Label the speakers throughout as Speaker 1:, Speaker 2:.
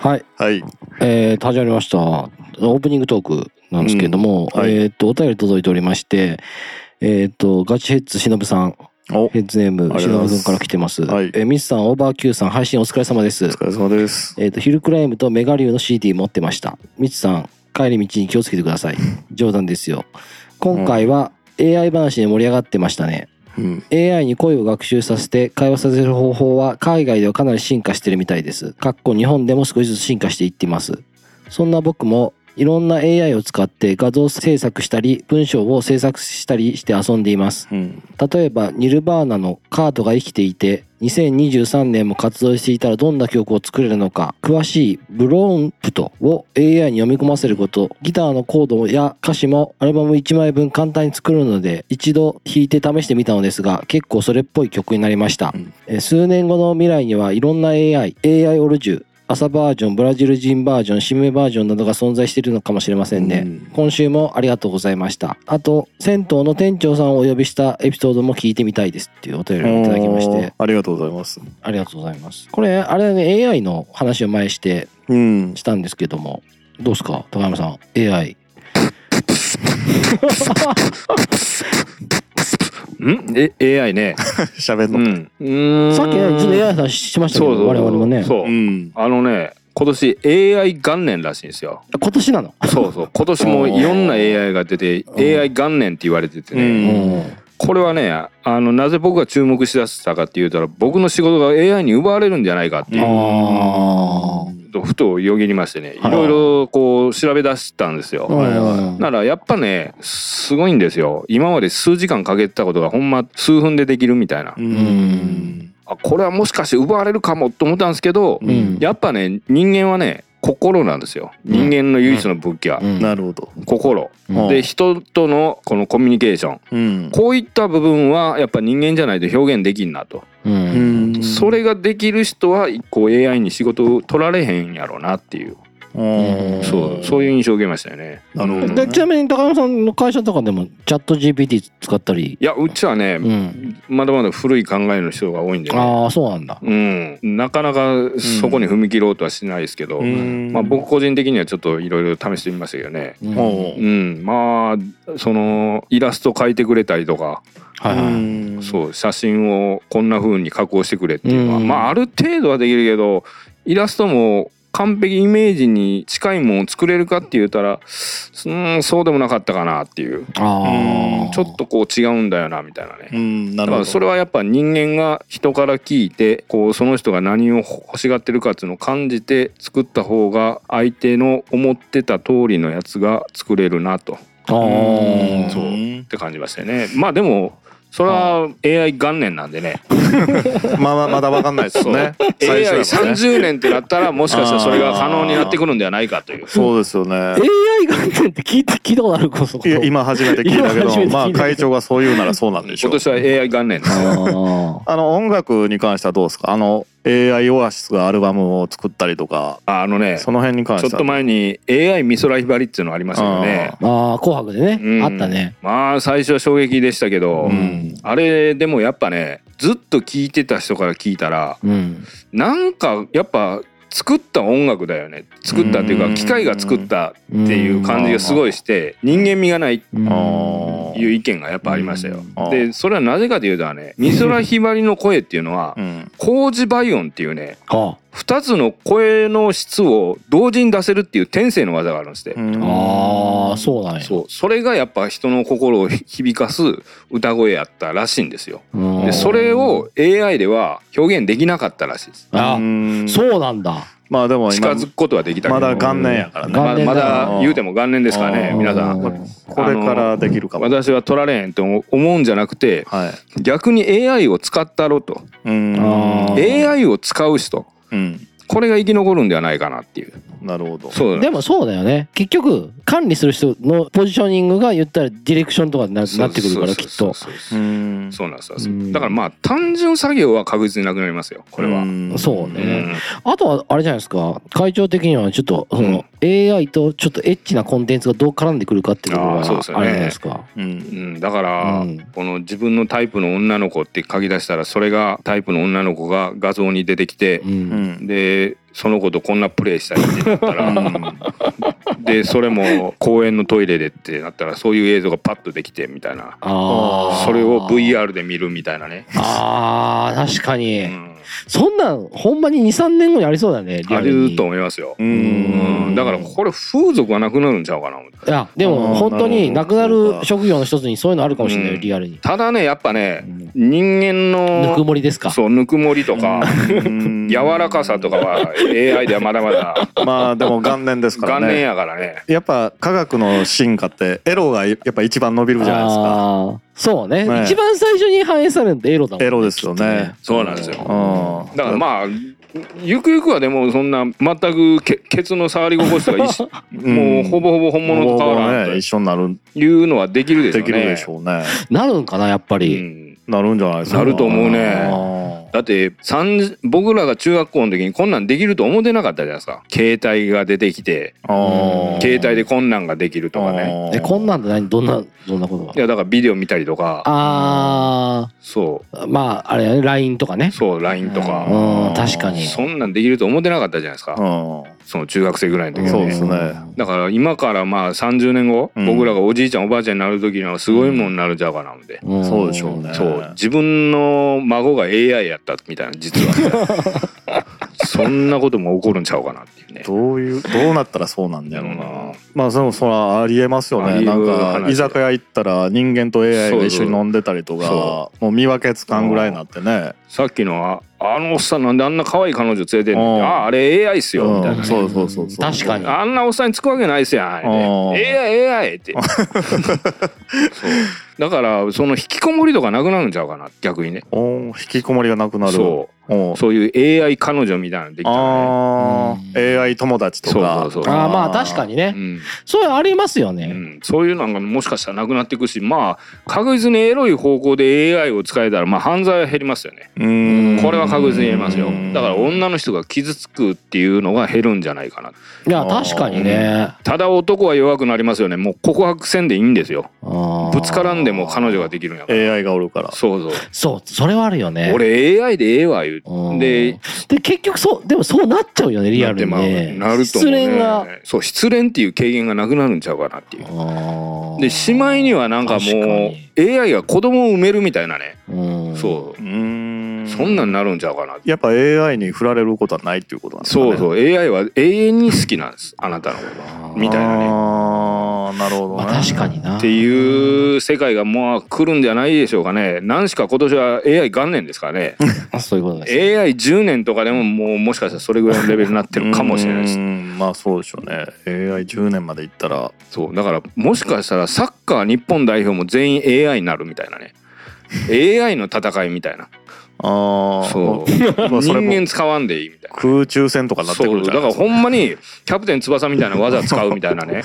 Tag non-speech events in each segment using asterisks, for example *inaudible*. Speaker 1: はい、
Speaker 2: はい。
Speaker 1: えー、始まりました。オープニングトークなんですけれども、
Speaker 2: うんはい
Speaker 1: えっ、と、お便り届いておりまして、えっ、と、ガチヘッズしのぶさん、
Speaker 2: お、お
Speaker 1: ヘッズネー
Speaker 2: あ
Speaker 1: ム
Speaker 2: り
Speaker 1: し
Speaker 2: がとう
Speaker 1: の
Speaker 2: ご
Speaker 1: ぶ
Speaker 2: ざい
Speaker 1: く
Speaker 2: ます
Speaker 1: んから来てます。
Speaker 2: はい
Speaker 1: えーミスさん、オーバー Q さん、配信お疲れ様です。
Speaker 2: 疲れ様です。
Speaker 1: えっ、と、ヒルクライムとメガリュウの CD 持ってました。ミツさん、帰り道に気をつけてください。冗談ですよ。今回は AI 話で盛り上がってましたね。
Speaker 2: うん。
Speaker 1: AI に声を学習させて会話させる方法は海外ではかなり進化してるみたいです。かっこ日本でも少しずつ進化していっています。そんな僕もいろんな AI を使って画像制作したり文章を制作したりして遊んでいます。
Speaker 2: うん。
Speaker 1: 例えばニルバーナのカートが生きていて2023年も活動していたらどんな曲を作れるのか詳しいブローンプトを AI に読み込ませることギターのコードや歌詞もアルバム1枚分簡単に作るので一度弾いて試してみたのですが結構それっぽい曲になりました、
Speaker 2: うん
Speaker 1: えー数年後の未来にはいろんな AI AI オルジュ朝バージョンブラジル人バージョンシメバージョンなどが存在しているのかもしれませんね、
Speaker 2: うん
Speaker 1: 今週もありがとうございました。あと、銭湯の店長さんをお呼びしたエピソードも聞いてみたいですっていうお便りをいただきまし
Speaker 2: お
Speaker 1: て
Speaker 2: ー、ありがとうございます。
Speaker 1: ありがとうございます。これ、あれだね、AI の話を前して
Speaker 2: うん。
Speaker 1: したんですけども、どうですか高山さん、AI。
Speaker 3: んえ AI ね。
Speaker 2: 喋んの。
Speaker 3: うん。うーん
Speaker 1: さっきね、ちょっと AI の話しましたけ
Speaker 3: そうそ
Speaker 1: ど、
Speaker 3: う
Speaker 1: 我々もね。
Speaker 3: そう。
Speaker 2: うん。
Speaker 3: あのね、今年 AI 元年らしいんですよ。
Speaker 1: 今年なの。
Speaker 3: そうそう。今年もいろんな AI が出て、AI 元年って言われてて
Speaker 2: う
Speaker 3: ね。
Speaker 1: うんん。
Speaker 3: これはね、あの、なぜ僕が注目しだしたかって言うたら、僕の仕事が AI に奪われるんじゃないかっていう。
Speaker 1: あ
Speaker 3: とふとよぎりましてねい
Speaker 1: はい
Speaker 3: ろいろこう調べ出したんですよ。
Speaker 1: あ。うん
Speaker 3: ならやっぱねすごいんですよ今まで数時間かけてたことがほんま数分でできるみたいな、
Speaker 2: うんん。
Speaker 3: あこれはもしかして奪われるかもと思ったんですけど、
Speaker 1: うん
Speaker 3: やっぱね人間はね心なんですよ
Speaker 1: うん
Speaker 3: 人間の唯一の武器は、
Speaker 1: うん
Speaker 2: なるほど。
Speaker 3: 心、
Speaker 1: うん
Speaker 3: で人とのこのコミュニケーション
Speaker 2: うん。
Speaker 3: こういった部分はやっぱ人間じゃないと表現できんなと、
Speaker 1: う。
Speaker 2: うんん
Speaker 3: そ。れができる人はこう AI に仕事を取られへんやろうなっていう、
Speaker 2: うん
Speaker 3: そうそういう印象を受けましたよね
Speaker 2: なるほど
Speaker 3: うん
Speaker 1: でちなみに高山さんの会社とかでもチャット GPT 使ったり。
Speaker 3: いやうちはね、
Speaker 1: うん。
Speaker 3: まだまだ古い考えの人が多いんでね
Speaker 1: ああ、そうなんだ。
Speaker 3: うん、なかなかそこに踏み切ろうとはしないですけど、
Speaker 2: うん
Speaker 3: まあ、僕個人的にはちょっといろいろ試してみましたけどね、
Speaker 1: うん
Speaker 2: おう
Speaker 3: うん、まあそのイラスト描いてくれたりとか、
Speaker 1: はいはい。
Speaker 2: うん
Speaker 3: そう写真をこんな風に加工してくれっていうのは、
Speaker 1: うん
Speaker 3: まあ、ある程度はできるけどイラストも完璧イメージに近いものを作れるかって言ったらうんそうでもなかったかなっていう
Speaker 1: あ
Speaker 2: う
Speaker 1: あ。
Speaker 3: ちょっとこう違うんだよなみたいなね。
Speaker 2: うん。なる
Speaker 3: だか
Speaker 2: ほど。
Speaker 3: らそれはやっぱ人間が人から聞いてこうその人が何を欲しがってるかっていうのを感じて作った方が相手の思ってた通りのやつが作れるなとっ
Speaker 1: あ
Speaker 2: うん
Speaker 1: あ。
Speaker 2: そう。
Speaker 3: て感じましたよね。まあでもそれは AI 元年なんでね。
Speaker 2: まあまあまだわかんないですよね。最初だもんね
Speaker 3: AI30 年ってなったらもしかしたら *laughs* それが可能になってくるんではないかという。
Speaker 2: そうですよね。
Speaker 1: AI 概念って聞いて聞いたことあるこそ。
Speaker 2: いや今初めて聞いたけ
Speaker 1: 今初め
Speaker 2: ど、
Speaker 1: て聞いたけど
Speaker 2: まあ会長がそう言うならそうなんでしょ
Speaker 3: 今
Speaker 2: う。
Speaker 3: 年は AI 元年です。
Speaker 1: あ
Speaker 2: あの音楽に関してはどうですか。あの AI オアシスがアルバムを作ったりとか、
Speaker 3: ああのねち
Speaker 2: その辺に関して
Speaker 3: ょっ
Speaker 2: は。
Speaker 3: と前に AI 美空ひばりっていうのありましたよね。
Speaker 1: あ。ああ、紅白で
Speaker 3: う
Speaker 1: ね。
Speaker 3: ん
Speaker 1: あったね。
Speaker 3: まあ最初は衝撃でしたけど。
Speaker 2: うん
Speaker 3: あれでもやっぱねずっと聴いてた人から聞いたら
Speaker 1: うん。
Speaker 3: なんかやっぱ作った音楽だよね作ったっていう
Speaker 2: う
Speaker 3: か
Speaker 2: ん
Speaker 3: 機械が作った
Speaker 1: って
Speaker 3: っていう感じがすごいして人間味がないって
Speaker 1: うん。
Speaker 2: あ
Speaker 3: いう意見がやっぱありましたよ
Speaker 2: うん。
Speaker 3: でそれはなぜかというとはね美空ひばりの声っていうのは
Speaker 2: あ。うん。
Speaker 3: 麹倍音っていうね
Speaker 1: あ
Speaker 3: 2つの声の質を同時に出せるっていう天性の技があるんですって。
Speaker 1: あああ、そうだね。
Speaker 3: そうそれがやっぱ人の心を響かす歌声やったらしいんですよ。
Speaker 1: うん。
Speaker 3: でそれを AI では表現できなかったらしいです。
Speaker 1: あ
Speaker 2: うん
Speaker 1: そうなんだ。
Speaker 2: まあでも
Speaker 3: 近
Speaker 2: 今
Speaker 3: づくことはできたけど
Speaker 2: まだ元年やからね。
Speaker 3: ま
Speaker 1: 元年
Speaker 3: ま
Speaker 1: だ
Speaker 3: だ言うても元年ですからね
Speaker 1: あー
Speaker 3: 皆さ
Speaker 1: うんん
Speaker 2: これからできるかも。
Speaker 3: 私は取られへんと思うんじゃなくて
Speaker 2: はい。
Speaker 3: 逆に AI を使ったろと
Speaker 2: うん
Speaker 1: あー
Speaker 3: AI を使う人
Speaker 2: うん。
Speaker 3: これが生き残るんではないかなっていう
Speaker 2: なるほど。
Speaker 3: そう
Speaker 1: でもそうだよね。結局、管理する人のポジショニングが言ったらディレクションとかにななってくるから、きっと。
Speaker 3: そうそう
Speaker 2: う。
Speaker 3: そうんそうなんですよ
Speaker 1: うん
Speaker 3: だからまあ単純作業は確実になくなりますよこれは。
Speaker 2: ん
Speaker 1: そう
Speaker 3: う
Speaker 1: ね
Speaker 3: ん
Speaker 1: あとは、あれじゃないですか。会長的には、ちょっと、その、AI とちょっとエッチなコンテンツがどう絡んでくるかっていうところ
Speaker 3: あー
Speaker 1: が
Speaker 3: そうですよ
Speaker 1: あ
Speaker 3: ね
Speaker 1: れじゃないですか。
Speaker 2: うん。
Speaker 3: うん、だから、
Speaker 1: うん
Speaker 3: この自分のタイプの女の子って書き出したらそれがタイプの女の子が画像に出てきて
Speaker 1: う、ん
Speaker 2: うん。
Speaker 3: ででその子とこんなプレイしたいってなった
Speaker 2: う
Speaker 3: ら
Speaker 2: ん
Speaker 3: でそれも公園のトイレでってなったらそういう映像がパッとできてみたいな
Speaker 1: ああ。
Speaker 3: それを。VR で見るみたいなね、
Speaker 1: ああ、確か
Speaker 3: う
Speaker 1: に。
Speaker 3: ん、
Speaker 1: そんなん、ほんまに2、3年後にありそうだね。リア
Speaker 3: あ
Speaker 1: ルに
Speaker 3: ると思いますよ、
Speaker 2: う
Speaker 1: うん
Speaker 3: うんだからこれ風俗がなくなるんちゃうかな思って
Speaker 1: いや、で
Speaker 2: あ
Speaker 1: も
Speaker 2: ー
Speaker 1: 本当にな
Speaker 2: なる
Speaker 1: く
Speaker 2: ほど
Speaker 1: なる職業の一つにそういうのあるかもしれないよ、
Speaker 3: うん
Speaker 1: リアルに。
Speaker 3: ただねやっぱね
Speaker 2: う
Speaker 3: 人間
Speaker 1: ぬく
Speaker 3: の
Speaker 1: もりですか。
Speaker 3: そうぬくもりとか
Speaker 2: ん
Speaker 3: 柔らかさとかは AI ではまだまだ
Speaker 2: まあでも元年ですから
Speaker 3: 元年
Speaker 2: ね
Speaker 3: やからね
Speaker 2: やっぱ科学の進化ってエロがやっぱ一番伸びるじゃないですか
Speaker 1: あーそうね
Speaker 2: ね
Speaker 1: 一番最初に反映されるのってエロだもんね
Speaker 2: エロですよね
Speaker 3: そうなんですよ
Speaker 2: うん
Speaker 3: だからまあゆくゆくはでもそんな全くけケツの触り心地とか一緒
Speaker 2: うん
Speaker 3: もうほぼほぼ本物と変わら
Speaker 2: ほぼほぼ
Speaker 3: な
Speaker 2: ね
Speaker 3: い
Speaker 2: 一緒になる
Speaker 3: というのはできるでし
Speaker 2: で
Speaker 3: ょうね
Speaker 2: きるでしょうね
Speaker 1: なるんかなやっぱり、
Speaker 3: うん
Speaker 2: なるんじゃないですか
Speaker 3: なると思うね
Speaker 2: あ
Speaker 3: だって30僕らが中学校の時にこんなんできると思ってなかったじゃないですか携帯が出てきて
Speaker 2: ーあー
Speaker 3: 携帯でこんなんができるとかね
Speaker 2: あー
Speaker 1: えこんなんで何どんなどんなことが
Speaker 3: いやだからビデオ見たりとか
Speaker 1: あ
Speaker 3: そ
Speaker 1: あまああれやね LINE とか
Speaker 3: う
Speaker 1: ね
Speaker 3: そう LINE と
Speaker 1: う
Speaker 3: か
Speaker 1: ん確かに
Speaker 3: そんなんできると思ってなかったじゃないですか
Speaker 2: う
Speaker 3: その中学生ぐらいの
Speaker 2: ん
Speaker 3: 時は
Speaker 2: そう
Speaker 3: ね
Speaker 2: ですね
Speaker 3: だから今からまあ30年後、
Speaker 2: うん
Speaker 3: 僕らがおじいちゃんおばあちゃんになる時にはすごいもんになるんちゃうかな思って、
Speaker 1: うん
Speaker 2: そうでしょうね
Speaker 3: そう自分の孫が AI やったみたいな実は
Speaker 2: *laughs*
Speaker 3: そんなことも起こるんちゃうかなっていうね
Speaker 2: どういうどうなったらそうなんだろう
Speaker 3: うん
Speaker 2: なまあそもそらありえますよ
Speaker 3: あ
Speaker 2: ね
Speaker 3: りえる
Speaker 2: なんか
Speaker 3: 話
Speaker 2: 居酒屋行ったら人間と AI が一緒に飲んでたりとか
Speaker 3: そ
Speaker 2: もう見分けつかんぐらいになってね
Speaker 3: さっきのあ「あのおっさんなんであんな可愛い彼女連れてんの?」
Speaker 2: うん
Speaker 3: あああれ AI っすよ」みたいな、
Speaker 2: うん
Speaker 3: ね
Speaker 2: そうそうそうそう
Speaker 1: 確かに
Speaker 3: あんなおっさんにつくわけないっすやん」
Speaker 2: うん
Speaker 3: ね AI AI」って
Speaker 2: *laughs*
Speaker 3: そうだからその引きこもりとかなくなるんちゃうかな逆にね
Speaker 2: おー引きこもりがなくなる
Speaker 3: そ
Speaker 2: おー
Speaker 3: うそういう AI 彼女みたいなのできたらね
Speaker 1: う
Speaker 2: あー AI 友達とか
Speaker 3: そうそうそう
Speaker 1: ああまあ確かにね、
Speaker 3: うん
Speaker 1: そういうのありますよ
Speaker 3: う
Speaker 1: ね、
Speaker 3: ん、そういうのがもしかしたらなくなっていくしまあ確実にエロい方向で AI を使えたらまあ犯罪は減りますよね
Speaker 2: うーん
Speaker 3: これは確実に言えますよ
Speaker 2: うん
Speaker 3: だから女の人が傷つくっていうのが減るんじゃないかない
Speaker 1: や確かにね、
Speaker 3: ただ男は弱くなりますよねもう告白せんでいいんですよ
Speaker 1: あー
Speaker 3: ぶつからんでも彼女ができるんやから
Speaker 2: AI がおるから
Speaker 3: そうそう
Speaker 1: そうそれはあるよね
Speaker 3: 俺 AI でええわ言う
Speaker 1: うん
Speaker 3: で
Speaker 1: で結局そうでもそうなっちゃうよねリアルに
Speaker 3: なって
Speaker 1: ね
Speaker 3: まあなると思う、ね、
Speaker 1: 失恋が
Speaker 3: そう失恋っていう経験がなくなるんちゃうかなっていうでしまいにはなんかも
Speaker 1: 確か
Speaker 3: う AI が子供を埋めるみたいなね
Speaker 1: うん
Speaker 3: そう
Speaker 2: うーん
Speaker 3: そんなんなるんちゃうかな。
Speaker 2: やっぱ AI に振られることはないっていうことなんですかね
Speaker 3: そうそう、AI は永遠に好きなんです、あなたのことは。みたいなね
Speaker 2: あーなるほどね
Speaker 1: まあ確かにな
Speaker 3: っていう世界がもう来るんじゃないでしょうかね。何しか今年は AI 元年ですからね。
Speaker 1: あそういうことです
Speaker 3: AI10 年とかでももうもしかしたらそれぐらいのレベルになってるかもしれないで
Speaker 2: うー
Speaker 3: す。
Speaker 2: んまあそうでしょうね AI10 年までいったら
Speaker 3: そう、だからもしかしたらサッカー日本代表も全員 AI になるみたいなね。AI の戦いみたいな。
Speaker 2: ああ
Speaker 3: そう。
Speaker 2: *laughs* まあそ
Speaker 3: 人
Speaker 2: れも
Speaker 3: 間使わんでいいみたいな。
Speaker 2: 空中戦とかになってく
Speaker 3: そう
Speaker 2: るじ
Speaker 3: だ
Speaker 2: ゃな
Speaker 3: か
Speaker 2: いで
Speaker 3: ら
Speaker 2: すか
Speaker 3: ほんまにキャプテン翼みたいな技使うみたいな
Speaker 2: *laughs*
Speaker 3: ね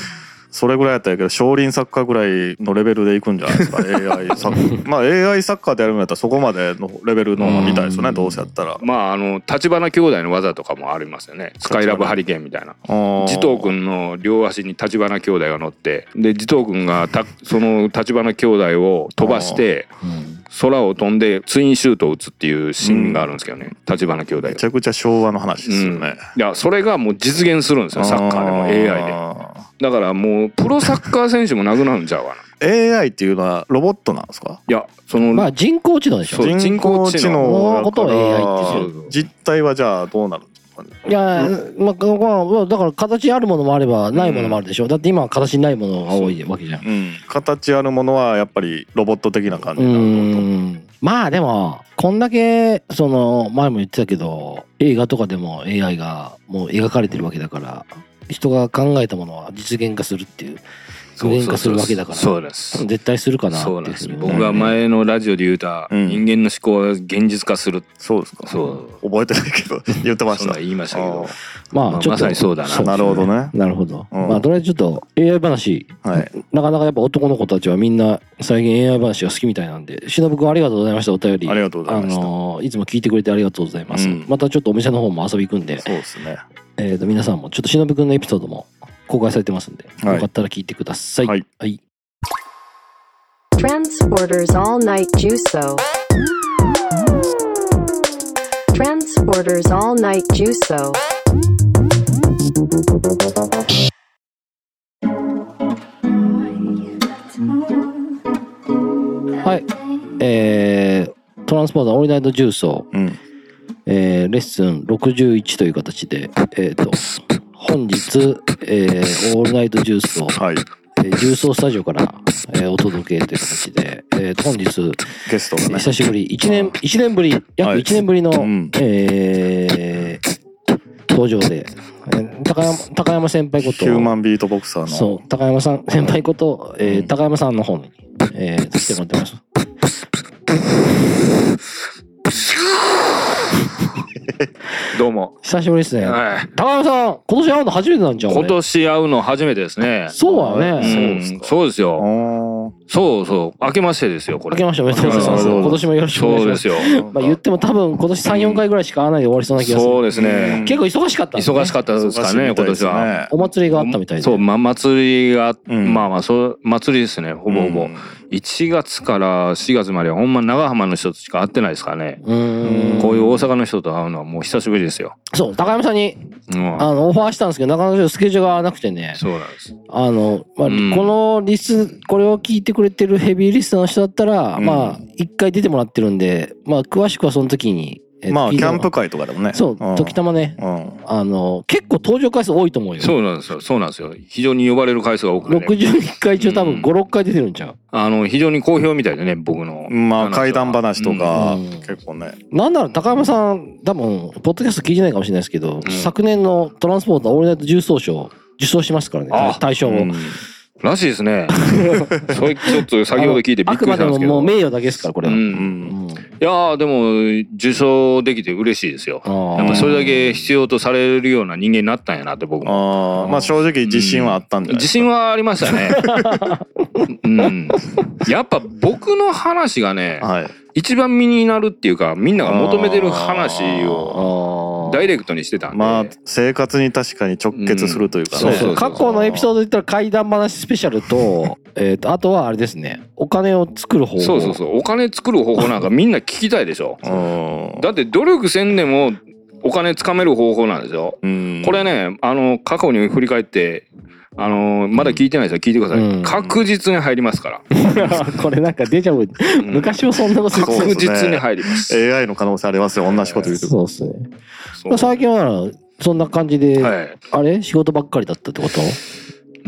Speaker 2: それぐらいやったらいいけど少林サッカーぐらいのレベルでいくんじゃないです
Speaker 3: *laughs*
Speaker 2: か AI サッカーまあ AI サッカーでやるんやったらそこまでのレベルの方が見たいですよ
Speaker 1: う
Speaker 2: ね
Speaker 1: ん
Speaker 2: どうせやったら
Speaker 3: まああの立花兄弟の技とかもありますよねスカイラブハリケーンみたいな慈
Speaker 2: 自
Speaker 3: 瞳君の両足に立花兄弟が乗ってで慈瞳君がたその立花兄弟を飛ばして
Speaker 1: うん
Speaker 3: 空を飛んでツインシュートを打つっていうシーンがあるんですけどね立花兄弟が
Speaker 2: めち。ゃくちゃ昭和の話ですよ
Speaker 3: うん
Speaker 2: ね、
Speaker 3: いやそれがもう実現するんですよサッカーでも AI でだからもうプロサッカー選手もなくなるんちゃうかない
Speaker 2: で AI っていうのはロボットなんですか
Speaker 3: やその、
Speaker 1: まあ人工知能でしょ
Speaker 3: そう人工知能
Speaker 1: のことを AI
Speaker 3: って言う
Speaker 2: 実態はじゃあどうなるんですかね
Speaker 1: いや、まあここは、だから形あるものもあればないものもあるでしょ、だって今は形ないものが多いわけじゃん
Speaker 2: 形あるものはやっぱりロボット的な感じ
Speaker 1: う
Speaker 2: になると
Speaker 1: んまあでもこんだけその前も言ってたけど映画とかでも AI がもう描かれてるわけだから人が考えたものは実現化するっていう具現化するわけだから
Speaker 3: そうです
Speaker 1: 絶対するかなってい
Speaker 3: そううなんです
Speaker 1: ふうに思う
Speaker 3: 僕は前のラジオで言うた、
Speaker 2: うん
Speaker 3: 人間の思考は現実化する
Speaker 2: そうですか
Speaker 3: そう
Speaker 2: 覚えてないけど言ってま
Speaker 3: そ
Speaker 2: し
Speaker 3: んな
Speaker 2: た
Speaker 3: ん言いましたけど
Speaker 1: ま
Speaker 3: ま
Speaker 1: あち
Speaker 3: あ
Speaker 1: ょっと、
Speaker 3: まさにそうだな
Speaker 1: ですね
Speaker 2: なるほどね
Speaker 1: なるほど、
Speaker 2: うん
Speaker 1: まあとりあえずちょっと AI 話
Speaker 2: はい
Speaker 1: なかなかやっぱ男の子たちはみんな最近 AI 話が好きみたいなんでしのぶくんありがとうございましたお便り
Speaker 2: ありがとうございました
Speaker 1: あのーいつも聞いてくれてありがとうございます、
Speaker 2: うん
Speaker 1: またちょっとお店の方も遊び行くんで
Speaker 2: そうですね
Speaker 1: えー、と皆さんもちょっとしのぶくんのエピソードも公開されてますんで、
Speaker 2: はい
Speaker 1: よかったら聞いてください。
Speaker 2: はい、
Speaker 4: Transporters All Night Juso. Transporters All Night Juso.
Speaker 1: はい。えートランスポーザーオールナイト重曹、
Speaker 2: うん。
Speaker 1: えーレッスン61という形で、えっ、と、本日、えーオールナイト重曹、
Speaker 2: はい。
Speaker 1: えー重曹スタジオから、えーお届けという形で、えーと本日、
Speaker 2: ゲストがね。
Speaker 1: 久しぶり、一年、一年ぶり、約
Speaker 2: はい
Speaker 1: 一年ぶりの、
Speaker 2: うん
Speaker 1: えー登場で、えー高山、高山先輩こ
Speaker 2: ヒューマ
Speaker 1: と、
Speaker 2: ンビートボクサーの。
Speaker 1: そう、高山さん、先輩こと、えー
Speaker 2: うん
Speaker 1: 高山さんの方に、えー、来てもらってます。
Speaker 2: *laughs*
Speaker 3: どうも。
Speaker 1: 久しぶりですね。
Speaker 3: はい。
Speaker 1: 高山さん、今年会うの初めてなんじゃん。俺
Speaker 3: 今年会うの初めてですね。
Speaker 1: そうだね。
Speaker 3: う
Speaker 2: そうです
Speaker 3: ん
Speaker 2: か
Speaker 3: そうで
Speaker 2: あ
Speaker 3: すよ。
Speaker 2: ー
Speaker 3: そうそう。明けましてですよ、こ
Speaker 1: 明け
Speaker 3: れ。
Speaker 1: ましておめでとうございます。
Speaker 2: おめでとう
Speaker 1: 今
Speaker 2: ございます
Speaker 1: 年もよろしくお願い
Speaker 3: そ
Speaker 1: し
Speaker 3: う
Speaker 1: ま。
Speaker 3: ですすよ。
Speaker 1: まあ言っても多分今年3、4回ぐらいしか会わないで終わりそうな気がする。
Speaker 3: そうですね。
Speaker 1: 結構忙しかったんだね、
Speaker 3: 忙しかったですからね、今年は。。
Speaker 1: お祭りがあったみたいで。
Speaker 3: そう、まあ、祭りが、
Speaker 2: うん
Speaker 3: まあまあ、そう、祭りですね、ほぼほぼ。
Speaker 2: うん
Speaker 3: 1月から4月までは、ほんま長浜の人としか会ってないですからね。
Speaker 1: うーん。
Speaker 3: こういう大阪の人と会うのはもう久しぶりですよ。
Speaker 1: そう、高山さんに、
Speaker 3: うん
Speaker 1: あの、オファーしたんですけど、なかなかスケジュールが合わなくてね。
Speaker 3: そうなんです。
Speaker 1: あの、まあ、
Speaker 3: うん
Speaker 1: このリス、これを聞いてくれてるヘビーリストの人だったら、
Speaker 2: うん
Speaker 1: まあ、一回出てもらってるんで、まあ、詳しくはその時に。えっと
Speaker 2: まあ、
Speaker 1: 聞い
Speaker 2: キ
Speaker 1: て
Speaker 2: ャ
Speaker 1: も
Speaker 2: ンプ会とかでもね。
Speaker 1: そう、時たまね、
Speaker 2: ま。うん。
Speaker 1: あの、結構登場回数多いと思うよ。
Speaker 3: そうなんですよ。そうなんですよ。非常に呼ばれる回数が多くて、ね、
Speaker 1: 61回中多
Speaker 3: う
Speaker 1: 分
Speaker 3: ん
Speaker 1: 5、6回出てるんちゃう
Speaker 3: あの、非常に好評みたいでね、僕の。
Speaker 2: まあ、
Speaker 3: 話は
Speaker 2: 怪談話とか、
Speaker 1: うん
Speaker 2: 結構ね。
Speaker 1: なんなら高山さん、多分、ポッドキャスト聞いてないかもしれないですけど、
Speaker 3: うん
Speaker 1: 昨年のトランスポーターオールナイト重曹賞、受賞しますからね
Speaker 3: あ、
Speaker 1: 大賞を。
Speaker 3: *laughs*
Speaker 2: うん
Speaker 3: らしいですね。そ
Speaker 1: *laughs*
Speaker 3: れちょっと先ほど聞いてびっ
Speaker 1: あ
Speaker 3: く
Speaker 1: く
Speaker 3: り
Speaker 1: ま
Speaker 3: し
Speaker 1: で
Speaker 3: たん
Speaker 1: も
Speaker 3: ですけ
Speaker 1: も
Speaker 3: ど。
Speaker 1: う名誉だけですから、これ
Speaker 3: う、
Speaker 1: は。
Speaker 2: うん。
Speaker 1: うんん
Speaker 3: いやーでも受賞できて嬉しいですよ。
Speaker 1: あ
Speaker 3: やっぱ
Speaker 1: ー
Speaker 3: それだけ必要とされるような人間になったんやなって僕も。
Speaker 2: ああ、まあ正直自信はあったんじゃない
Speaker 3: 自信はありましたね。うん。やっぱ僕の話がね、
Speaker 2: はい。
Speaker 3: 一番身になるっていうか、みんなが求めてる話
Speaker 1: あ
Speaker 3: を
Speaker 1: ー
Speaker 3: ダイレクトにしてたんで。
Speaker 2: まあ、生活に確かに直結するというか
Speaker 3: そ
Speaker 1: そうう
Speaker 3: そう
Speaker 1: そ
Speaker 3: そう
Speaker 1: う過去のエピソードで言ったら怪談話スペシャルとえっとあとはあれですねお金を作る方法
Speaker 3: そうそうそう。お金作る方法なんかみんな聞きたいでしょ。
Speaker 2: うん
Speaker 3: だって努力せんでもお金つかめる方法なんですよ。
Speaker 2: うん
Speaker 3: これね、あの、過去に振り返って、あの、まだ聞いてない人は聞いてください。
Speaker 1: うん
Speaker 3: 確実に入りますから。
Speaker 1: *laughs* これなんかデジャブ
Speaker 3: うん
Speaker 1: 昔もそんなこと言ってた
Speaker 3: 確実に入ります。
Speaker 2: AI の可能性ありますよ同じこと言うと
Speaker 1: そうですね
Speaker 3: そう
Speaker 1: まあ最近はそんな感じで、
Speaker 3: はい。
Speaker 1: あれ仕事ばっかりだったってこと
Speaker 3: う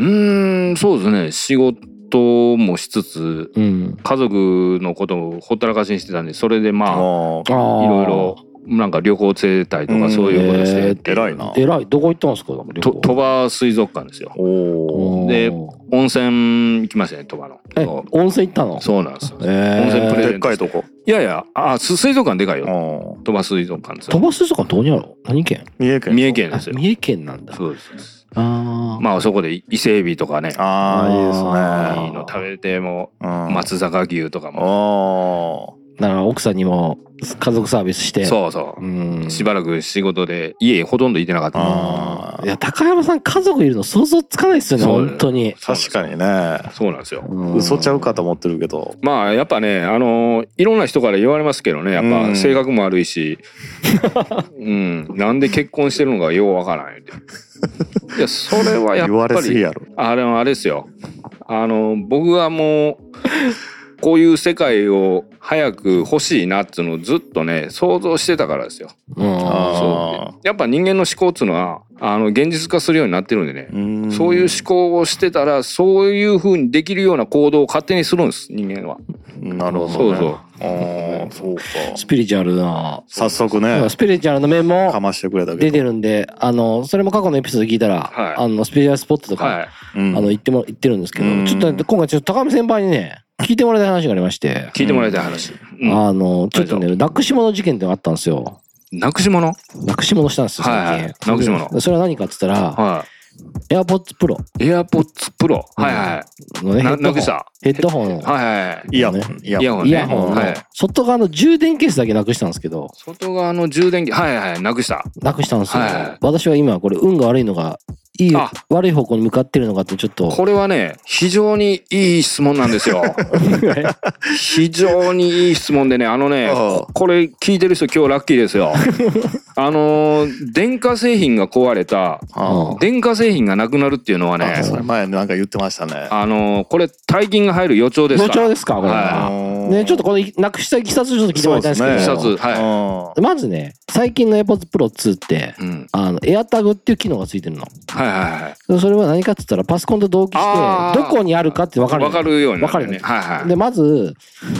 Speaker 3: ーん、そうですね。仕事もしつつ、
Speaker 1: うん
Speaker 3: 家族のことをほったらかしにしてたんで、それで
Speaker 2: あ
Speaker 3: ま
Speaker 1: あ
Speaker 3: あ、い
Speaker 1: あ
Speaker 3: ろいろ、なんか旅行連れたりと
Speaker 2: う
Speaker 3: か、
Speaker 2: ん
Speaker 3: そういうことしてて、
Speaker 2: 偉いな
Speaker 1: 偉いどこ行ったんですか
Speaker 3: と鳥羽水族館ですよ。
Speaker 2: おお
Speaker 1: おー
Speaker 3: で温泉行きましたね、鳥羽の。
Speaker 1: え
Speaker 3: そ
Speaker 1: 温泉行ったの
Speaker 3: うそうなんですよ。
Speaker 1: え
Speaker 3: 温泉プレゼ
Speaker 2: でっ
Speaker 3: ント
Speaker 2: かいとこ
Speaker 3: いやいや、あ、す水族館でかいよ。
Speaker 2: うん
Speaker 3: 鳥羽水族館です
Speaker 1: 鳥
Speaker 3: よ。
Speaker 1: 羽水族館どこにあるの何県
Speaker 2: 三重県
Speaker 3: 三重県
Speaker 1: あ
Speaker 3: ですよ。
Speaker 1: 三重県なんだ
Speaker 3: そうです。
Speaker 1: ああ
Speaker 3: まあ、そこで伊勢海老とかね、
Speaker 2: ああいいです
Speaker 1: あー
Speaker 3: いいの食べても、
Speaker 2: ね
Speaker 3: 松坂牛とかも。
Speaker 2: お
Speaker 1: だから奥さんにも家族サービスして
Speaker 3: そうそう
Speaker 1: う。ん
Speaker 3: しばらく仕事で家ほとんどいてなかった
Speaker 2: あー
Speaker 1: いや高山さん家族いるの想像つかないっすよね
Speaker 3: そう
Speaker 1: 本当に
Speaker 2: 確かにね
Speaker 3: そうなんですよ
Speaker 1: うん
Speaker 2: 嘘ちゃうかと思ってるけど
Speaker 3: まあやっぱねあのーいろんな人から言われますけどねやっ
Speaker 2: う
Speaker 3: ぱ
Speaker 2: ん
Speaker 3: 性格も悪
Speaker 2: *laughs*
Speaker 3: いしうん、なんで結婚してるのかようわからないっていやそれはや
Speaker 2: 言わ
Speaker 3: っぱ
Speaker 2: れすぎ
Speaker 3: り
Speaker 2: やろ
Speaker 3: あれあれですよあの僕はもうこういう世界を早く欲しいなっていうのをずっとね想像してたからですよ
Speaker 1: うん
Speaker 2: あー
Speaker 3: そうやっぱ人間の思考っていうのはあの現実化するようになってるんでね
Speaker 2: ん
Speaker 3: そういう思考をしてたら、そういう風にできるような行動を勝手にするんです、人間は。
Speaker 2: なるほど
Speaker 3: そう
Speaker 2: ね
Speaker 3: そう。
Speaker 2: ああそうか
Speaker 1: スピリチュアルな
Speaker 2: 早速ね
Speaker 1: スピリチュアルの面も
Speaker 2: かましてくれたけ
Speaker 1: 出
Speaker 2: ど
Speaker 1: てるんであのそれも過去のエピソード聞いたら、
Speaker 3: はい
Speaker 1: あのスピリチュアルスポットとか、
Speaker 3: はい。
Speaker 2: うん
Speaker 1: あの言っても言ってるんですけど、
Speaker 2: うん
Speaker 1: ちょっとね今回ちょっと高見先輩にね聞いてもらいたい話がありまして、
Speaker 3: 聞いてもらいたい話。うん
Speaker 1: あのちょっとねなくし物事件っていうのがあったんですよ
Speaker 3: なくし物
Speaker 1: なくし物したんですよ
Speaker 3: はいはい
Speaker 1: 最近、
Speaker 3: なくし物
Speaker 1: それは何かっつったら
Speaker 3: は
Speaker 1: AirPods Pro
Speaker 3: い。AirPods Pro。
Speaker 1: うん
Speaker 3: はいは
Speaker 1: の
Speaker 3: い。
Speaker 1: ねヘ
Speaker 3: な
Speaker 1: ッド
Speaker 3: なく
Speaker 1: ホ
Speaker 3: し
Speaker 1: ン
Speaker 3: た。
Speaker 1: ヘッドホンを
Speaker 3: はいはい。
Speaker 2: イヤホンイヤ
Speaker 3: イヤ
Speaker 2: ホン
Speaker 3: ホン
Speaker 1: イ
Speaker 3: ね。
Speaker 1: ヤホンの
Speaker 3: はい。
Speaker 1: 外側の充電ケースだけなくしたんですけど、
Speaker 3: 外側の充電器。はいはい。なくした。
Speaker 1: なくしたんですよ
Speaker 3: はいはい。
Speaker 1: 私は今これ運が悪いのが、いい
Speaker 3: あ、
Speaker 1: 悪い方向に向かってるのかってちょっと。
Speaker 3: これはね、非常にいい質問なんで
Speaker 1: *laughs*
Speaker 3: すよ。非常にいい質問でね、あのね、
Speaker 2: あ
Speaker 3: これ聞いてる人今日ラッキーで
Speaker 1: *laughs*
Speaker 3: すよ。あのー、電化製品が壊れた、
Speaker 2: あ
Speaker 1: うん
Speaker 3: 電化製品がなくなるっていうのはね
Speaker 2: あ、それ前なんか言ってましたね。
Speaker 3: あのー、これ大金が入る予兆です
Speaker 1: 予
Speaker 3: から。
Speaker 1: 兆です *laughs* かこれ
Speaker 3: は
Speaker 1: は。
Speaker 2: ね
Speaker 1: ね、ちょっとこのなくしたいきさつちょっと聞いてもらいたいんですけど。
Speaker 2: そう
Speaker 3: 一つ、は
Speaker 1: まずね、最近の AirPods Pro 2って、
Speaker 3: い。うん。
Speaker 1: あの、AirTag っていう機能がついてるの。
Speaker 3: はいはいはい。
Speaker 1: それは何かって言ったら、パソコンと同期
Speaker 3: あ
Speaker 1: し
Speaker 3: ー
Speaker 1: て、どこにあるかって分かる。
Speaker 3: わかるようになるよね。
Speaker 1: わ
Speaker 3: はいはい。
Speaker 1: で、まず、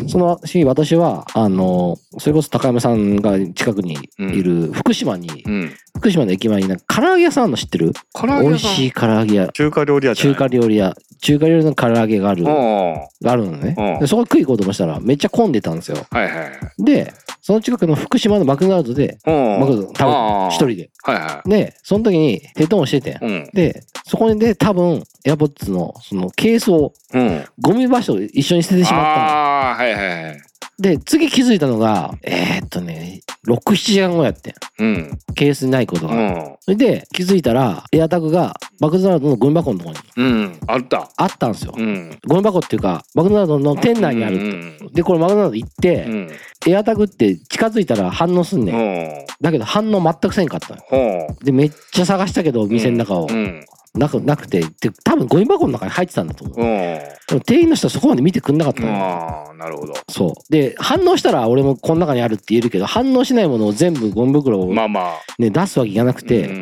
Speaker 1: その日、私は、あの、それこそ高山さんが近くにいる福島に、
Speaker 3: うん。
Speaker 1: 福島の駅前になんか唐揚げ屋さんあるの知ってる
Speaker 3: 唐
Speaker 1: 美味し
Speaker 3: い。
Speaker 1: い唐揚げ屋。
Speaker 2: 中華料理屋じ
Speaker 1: 中
Speaker 2: ゃない
Speaker 1: 華料理屋。中華料理の唐揚げがある、
Speaker 3: おー
Speaker 1: があるのね
Speaker 3: うん。
Speaker 1: でそこ食い行こうと思ったら、めっちゃ混んでたんですよ。
Speaker 3: はいはいはい。
Speaker 1: で、その近くの福島のマクドナルドで、
Speaker 3: おー
Speaker 1: マクドナルド食べて
Speaker 3: あー
Speaker 1: 一人で。
Speaker 3: はいは
Speaker 1: で、その時にヘッドホンしてて
Speaker 3: い。、うん。
Speaker 1: で、そこで多分、エアポッツのそのケースを
Speaker 3: うん。
Speaker 1: ゴミ場所と一緒に捨ててしまったの
Speaker 3: ああー、はいはいはい。
Speaker 1: で、次気づいたのが、えー、っとね、6、7時間後やってん。
Speaker 3: うん。
Speaker 1: ケースにないこと
Speaker 3: う
Speaker 1: が。
Speaker 3: ん。
Speaker 1: それで、気づいたら、エアタグがマクドナルドのゴミ箱のところに
Speaker 3: うん。あった。
Speaker 1: あったんですよ
Speaker 3: う。ん。
Speaker 1: ゴミ箱っていうか、マクドナルドの店内にある。
Speaker 3: る。
Speaker 1: で、これマクドナルド行っ
Speaker 3: う
Speaker 1: て、
Speaker 3: ん。
Speaker 1: エアタグって近づいたら反応すんねん。
Speaker 3: うん。
Speaker 1: だけど反応全くせんかったの。
Speaker 3: ほ
Speaker 1: で、めっちゃ探したけど、
Speaker 3: う。
Speaker 1: 店の中を
Speaker 3: う。ん。
Speaker 1: なく、なくて、で多分ゴミ箱の中に入ってたんだと思う。
Speaker 3: うん。
Speaker 1: でも店員の人はそこまで見てくんなかったのよ
Speaker 3: ああ、なるほど。
Speaker 1: そう。で、反応したら俺もこの中にあるって言えるけど、反応しないものを全部ゴミ袋を
Speaker 3: ま
Speaker 1: ね、
Speaker 3: あまあ。
Speaker 1: 出すわけいかなく
Speaker 3: う
Speaker 1: て、
Speaker 3: ん。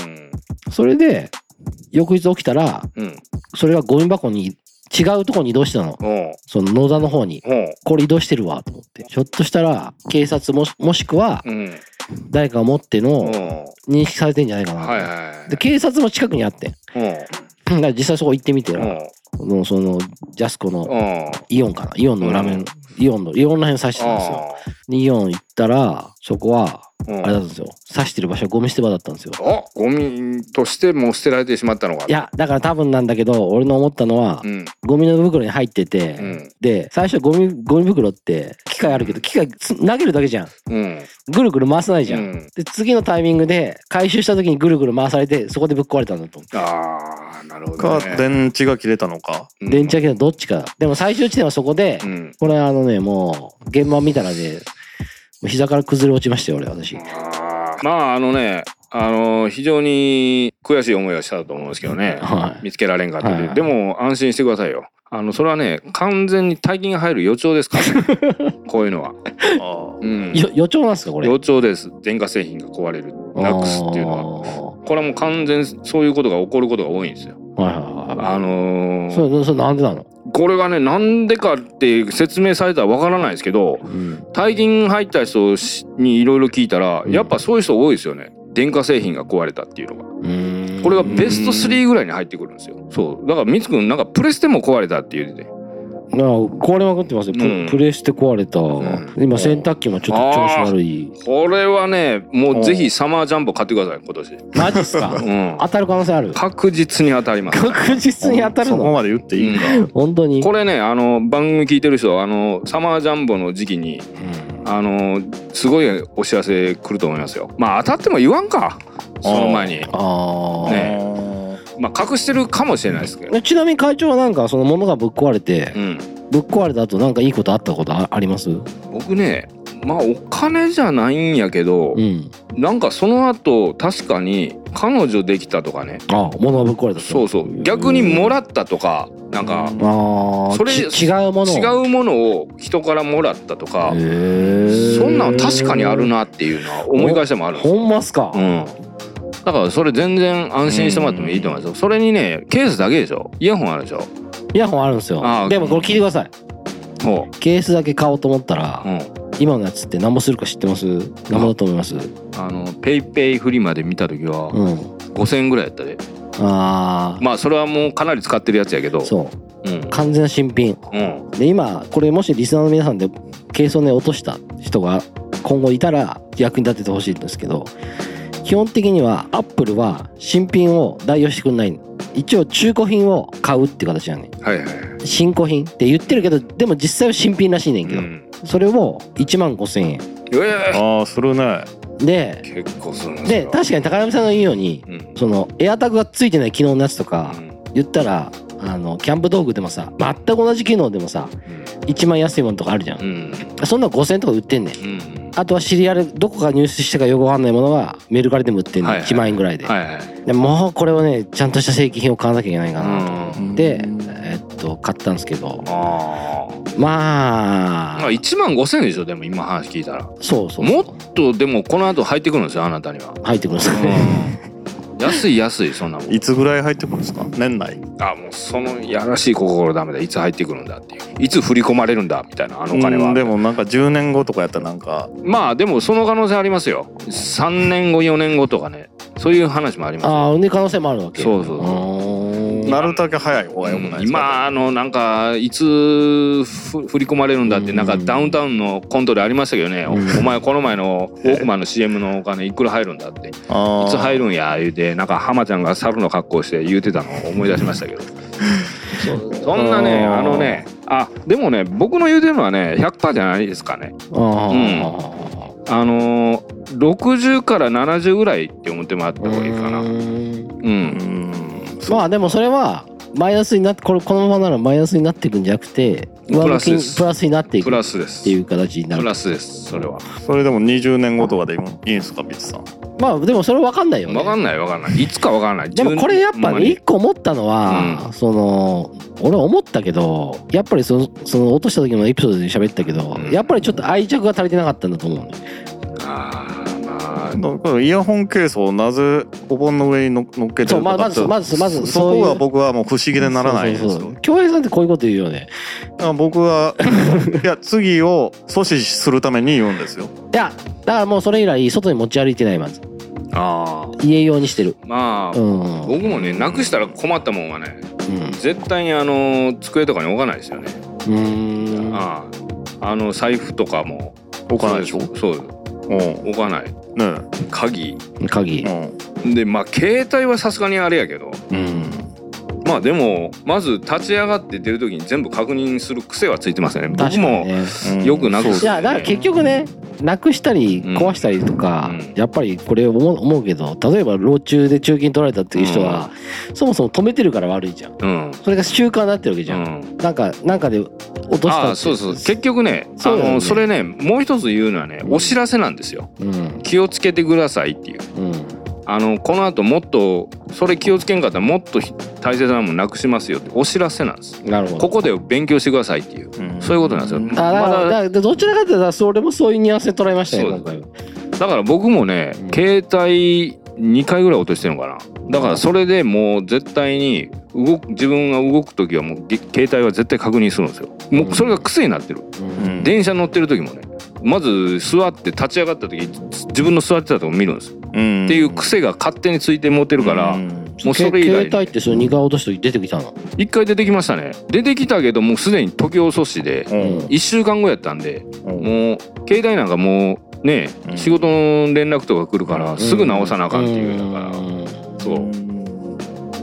Speaker 1: それで、翌日起きたら、
Speaker 3: うん。
Speaker 1: それがゴミ箱に、違うとこに移動してたの。
Speaker 3: ほ
Speaker 1: その野田の方に。
Speaker 3: う。ほ
Speaker 1: これ移動してるわ、と思って。ひょっとしたら、警察もし、もしくは
Speaker 3: う。、うん。
Speaker 1: 誰かが持って
Speaker 3: ほう
Speaker 1: の、。認識されてんじゃないかなと
Speaker 3: はいはい。
Speaker 1: で、警察も近くにあってん。 *laughs*
Speaker 3: ほう。
Speaker 1: だから実際そこ行ってみて
Speaker 3: ほ
Speaker 1: よ、
Speaker 3: う。
Speaker 1: もうその、ジャスコの、
Speaker 3: うん。
Speaker 1: イオンかなイオンのラーメン、
Speaker 3: うん
Speaker 1: イオンの、イオンらへん刺してたんですよ。でイオン行ったら、そこは、
Speaker 3: うん
Speaker 1: あれだったんですよ。刺してる場所はゴミ捨て場だったんですよ。
Speaker 3: あゴミとしてもう捨てられてしまったのか
Speaker 1: いや、だから多分なんだけど、俺の思ったのは
Speaker 3: う、ん
Speaker 1: ゴミの袋に入ってて、
Speaker 3: うん
Speaker 1: で、最初ゴミ、ゴミ袋って、機械あるけど、機械つ投げるだけじゃん。
Speaker 3: うん
Speaker 1: ぐるぐる回さないじ
Speaker 3: う
Speaker 1: ゃん。
Speaker 3: ん
Speaker 1: で、次のタイミングで、回収した時にぐるぐる回されて、そこでぶっ壊れたんだと思う。
Speaker 3: ああなるほど
Speaker 2: か
Speaker 3: ね、
Speaker 2: 電池が切れたのか。
Speaker 3: うん
Speaker 1: 電池だけどどっちか。でも最終地点はそこで、
Speaker 3: うん
Speaker 1: これあのね、もう、現場見たらね、もう膝から崩れ落ちましたよ、俺、私。
Speaker 3: あーまああのねあの非常に悔しい思いをしたと思うんですけどね
Speaker 1: はい。
Speaker 3: 見つけられんかったり、
Speaker 1: はい
Speaker 3: でも安心してくださいよあのそれはね完全に大金が入る予兆ですから、
Speaker 1: *laughs*
Speaker 3: ね、こういうのは、
Speaker 2: あ
Speaker 3: うん、
Speaker 1: よ予兆なんですかこれ
Speaker 3: 予兆です電化製品が壊れるなくすっていうのは
Speaker 1: は
Speaker 3: これはもう完全にそういうことが起こることが多いんですよ
Speaker 1: はいはいはい
Speaker 3: あのー
Speaker 1: それそれなんでなの、
Speaker 3: これがねなんでかって説明されたらわからないですけど大金入った人にいろいろ聞いたら、
Speaker 1: うん
Speaker 3: やっぱそういう人多いですよね電化製品が壊れたっていうのが
Speaker 1: うん
Speaker 3: これがベスト3ぐらいに入ってくるんですよそうだからみつくんなんかプレステも壊れたって言うてて
Speaker 1: なあ壊れまくってますよ、プ
Speaker 3: うん
Speaker 1: プレステ壊れた、
Speaker 3: ん
Speaker 1: 今洗濯機もちょっと調子悪
Speaker 3: *laughs*
Speaker 1: い
Speaker 3: これはねもうぜひサマージャンボ買ってください今年
Speaker 1: マジっすか
Speaker 3: うん
Speaker 1: 当たる可能性ある
Speaker 3: 確実に当た
Speaker 1: *laughs*
Speaker 3: ります
Speaker 1: 確実に当たる
Speaker 2: そこ
Speaker 1: の
Speaker 2: まで言っていいんだ。
Speaker 1: 本当に
Speaker 3: これねあの番組聞いてる人はあのサマージャンボの時期にあのすごいお知らせ来ると思いますよまあ当たっても言わんかその前に
Speaker 1: ああ、
Speaker 3: ね
Speaker 2: ね
Speaker 3: まあ隠してるかもしれないですけど
Speaker 1: えちなみに会長はなんかその物がぶっ壊れて、
Speaker 3: うん
Speaker 1: ぶっ壊れた後なんかいいことあったことああります
Speaker 3: 僕ねまあお金じゃないんやけど、
Speaker 1: うん
Speaker 3: なんかその後確かに彼女できたとかね
Speaker 1: あ物がぶっ壊れた
Speaker 3: そううそう逆にもらったとかなん
Speaker 1: あ
Speaker 3: か
Speaker 1: あ
Speaker 3: それ
Speaker 1: ち違うもの
Speaker 3: 違うものを人からもらったとか
Speaker 1: そ
Speaker 3: そんなん確かにあるなっていうのは思い返してもあるんですよ
Speaker 1: ほんまっすか、
Speaker 3: うんだからそれ全然安心してもらってもいいと思いますよそれにねケースだけでしょイヤホンあるでしょ
Speaker 1: イヤホンあるんですよ
Speaker 3: あー
Speaker 1: でもこれ聞いてください
Speaker 3: ほう
Speaker 1: ケースだけ買おうと思ったら、
Speaker 3: うん、
Speaker 1: 今のやつって何もするか知ってます何もだと思いますう
Speaker 3: あのペイペイフリマで見た時は
Speaker 1: ん
Speaker 3: 5,000円ぐらいやったで
Speaker 1: あ
Speaker 3: まあそれはもうかなり使ってるやつやけど
Speaker 1: あそう
Speaker 3: うん
Speaker 1: 完全な新品
Speaker 3: うん
Speaker 1: で今これもしリスナーの皆さんでケースをね落とした人が今後いたら役に立ててほしいんですけど基本的にはアップルは新品を代用してくんない一応中古品を買うって形なのね
Speaker 3: はいはい
Speaker 1: 新古品って言ってるけどでも実際は新品らしいねんけ
Speaker 3: う
Speaker 1: ど、
Speaker 3: ん
Speaker 1: それを1万5,000円
Speaker 3: ええ
Speaker 2: ああ、するね。
Speaker 1: で
Speaker 3: 結構するんです
Speaker 1: で
Speaker 3: よ
Speaker 1: 確かに高波さんの言うように
Speaker 3: うん
Speaker 1: そのエアタグがついてない機能のやつとか
Speaker 3: うん
Speaker 1: 言ったらあのキャンプ道具でもさ全く同じ機能でもさ1万円安いものとかあるじゃん
Speaker 3: う、ん
Speaker 1: そんなの5000円とか売ってんねん
Speaker 3: うん
Speaker 1: あとはシリアルどこが入手したかよくわかんないものはメルカリでも売ってんの、
Speaker 3: はいはい
Speaker 1: 1万円ぐらいで,、
Speaker 3: はいはい
Speaker 1: でもうこれをねちゃんとした正規品を買わなきゃいけないかなと思
Speaker 3: うん
Speaker 1: って、えっと買ったんですけど
Speaker 3: あ
Speaker 1: ま
Speaker 3: あ
Speaker 1: あ
Speaker 3: まあ1万5千円でしょでも今話聞いたら
Speaker 1: そうそうそう
Speaker 3: もっとでもこの後入ってくるんですよあなたには
Speaker 1: *laughs* 入ってくるんですかね
Speaker 3: うん安い安いそんなもん
Speaker 2: いつぐらい入ってくるんですか年内
Speaker 3: あもうそのやらしい心ダメだいつ入ってくるんだっていういつ振り込まれるんだみたいなあのお金
Speaker 2: う
Speaker 3: は
Speaker 2: んでもなんか10年後とかやったらなんか
Speaker 3: まあでもその可能性ありますよ3年後4年後とかねそういう話もあります
Speaker 1: ああで可能性もあるわけ
Speaker 3: そうそうそう
Speaker 1: ーん
Speaker 2: なるだけ早い方が良くないです
Speaker 3: 今
Speaker 2: か、
Speaker 3: あのなんかいつふ振り込まれるんだってなんか
Speaker 1: うん
Speaker 3: ダウンタウンのコントでありましたけどね、
Speaker 1: うん
Speaker 3: お前この前のウォークマンの CM のお金いくら入るんだってい
Speaker 2: あー
Speaker 3: つ入るんや言うてなんか浜ちゃんが猿の格好して言うてたのを思い出しましたけどそそんなね
Speaker 2: あー
Speaker 3: あのねあでもね僕の言うてるのはね100%じゃないですかね
Speaker 1: あ
Speaker 3: あのー60から70ぐらいって思ってもらった
Speaker 1: ーう
Speaker 3: 方がいいかな
Speaker 1: ーん
Speaker 3: う
Speaker 2: う
Speaker 3: ん
Speaker 2: ん
Speaker 1: まあでもそれはマイナスになってこれこのままならマイナスになっていくんじゃなくて上向き
Speaker 3: プラス
Speaker 1: に
Speaker 3: です
Speaker 1: プラスになっていく
Speaker 3: プ
Speaker 1: っ
Speaker 3: ラスです
Speaker 1: ていう形にな
Speaker 3: プ
Speaker 1: る
Speaker 3: ラスですそれは
Speaker 2: それでも20年後とかでいいんですかビッツさん
Speaker 1: まあでもそれ分かんないよね
Speaker 3: わかんないわかんないいつかわかんない
Speaker 1: でもこれやっぱね一個思ったのは、
Speaker 3: うん
Speaker 1: その俺思ったけどやっぱりそのその落とした時のエピソードで喋ったけど、
Speaker 3: うん
Speaker 1: やっぱりちょっと愛着が足りてなかったんだと思うのね
Speaker 3: あーまあ
Speaker 2: だからイヤホンケースをなぜお盆の上にの乗っけてるのかって
Speaker 1: そうまずまずまず
Speaker 2: そそ
Speaker 1: そういう
Speaker 2: こが僕はもう不思議でならないんですよ
Speaker 1: そうそうそう京平さんってこういうこと言うよね
Speaker 2: だから僕はいや次を阻止するために言うんですよ
Speaker 1: いやだからもうそれ以来外に持ち歩いてないまず
Speaker 3: あ
Speaker 1: 家用にしてる
Speaker 3: ーま
Speaker 1: う
Speaker 3: あ
Speaker 1: ん、うん、
Speaker 3: 僕もねなくしたら困ったもんはね絶対にあの机とかに置かないですよね
Speaker 1: うん
Speaker 3: あーあの財布とかも
Speaker 2: 置かないでしょ
Speaker 3: そうそう
Speaker 2: うんね
Speaker 3: 置かない鍵
Speaker 1: 鍵
Speaker 2: えうん
Speaker 3: でまあ携帯はさすがにあれやけど
Speaker 1: うん
Speaker 3: まあでもまず立ち上がって出る時に全部確認する癖はついてますね僕も
Speaker 1: ね
Speaker 2: うん
Speaker 3: よくなく
Speaker 2: そう
Speaker 1: いやだから結局ねなくしたり
Speaker 3: うん
Speaker 1: 壊したりとか、
Speaker 3: うん
Speaker 1: やっぱりこれ思う思うけど例えば老中で中金取られたっていう人は、そもそも止めてるから悪いじゃん
Speaker 3: うん
Speaker 1: それが習慣になってるわけじ
Speaker 3: う
Speaker 1: ゃん、
Speaker 3: ん
Speaker 1: なんかなんかで落とした
Speaker 3: あ
Speaker 1: って
Speaker 3: あそうそう結局ね
Speaker 1: そうだよ
Speaker 3: あ
Speaker 1: ね
Speaker 3: のそれねもう一つ言うのはねお知らせなんですよ
Speaker 1: うん
Speaker 3: 気をつけてくださいっていう
Speaker 1: うん
Speaker 3: あのこの後もっとそれ気をつけんかったらもっとひ大切なものなくしますよってお知らせなんです
Speaker 1: なるほど
Speaker 3: ここで勉強してくださいっていう
Speaker 2: うん
Speaker 3: そういうことなんですよ
Speaker 1: あだから
Speaker 3: まだ
Speaker 1: だからどちらかというとそれもそういうニュアンスで捉えましたね
Speaker 3: そう
Speaker 1: 今回は
Speaker 3: だから僕もね
Speaker 1: うん
Speaker 3: 携帯2回ぐらい落としてるのかなだからそれでもう絶対に動く自分が動く時はもうげ携帯は絶対確認するんですよもうそれが癖になってる
Speaker 2: うん
Speaker 3: 電車乗ってる時もねまず座って立ち上がった時自分の座ってたとこ見るんですよ、
Speaker 2: うん
Speaker 3: っていう癖が勝手について持ってるから、
Speaker 2: うん
Speaker 3: もうそれ以
Speaker 1: 携
Speaker 3: 来
Speaker 1: 帯ってその二回落とした時出てきたの
Speaker 3: 一回出てきましたね出てきたけどもうすでに時遅しで
Speaker 2: うん
Speaker 3: 1週間後やったんで
Speaker 2: うん
Speaker 3: もう携帯なんかもうね
Speaker 2: うん
Speaker 3: 仕事の連絡とか来るからすぐ直さなあかんっていうだから
Speaker 1: ん
Speaker 3: そう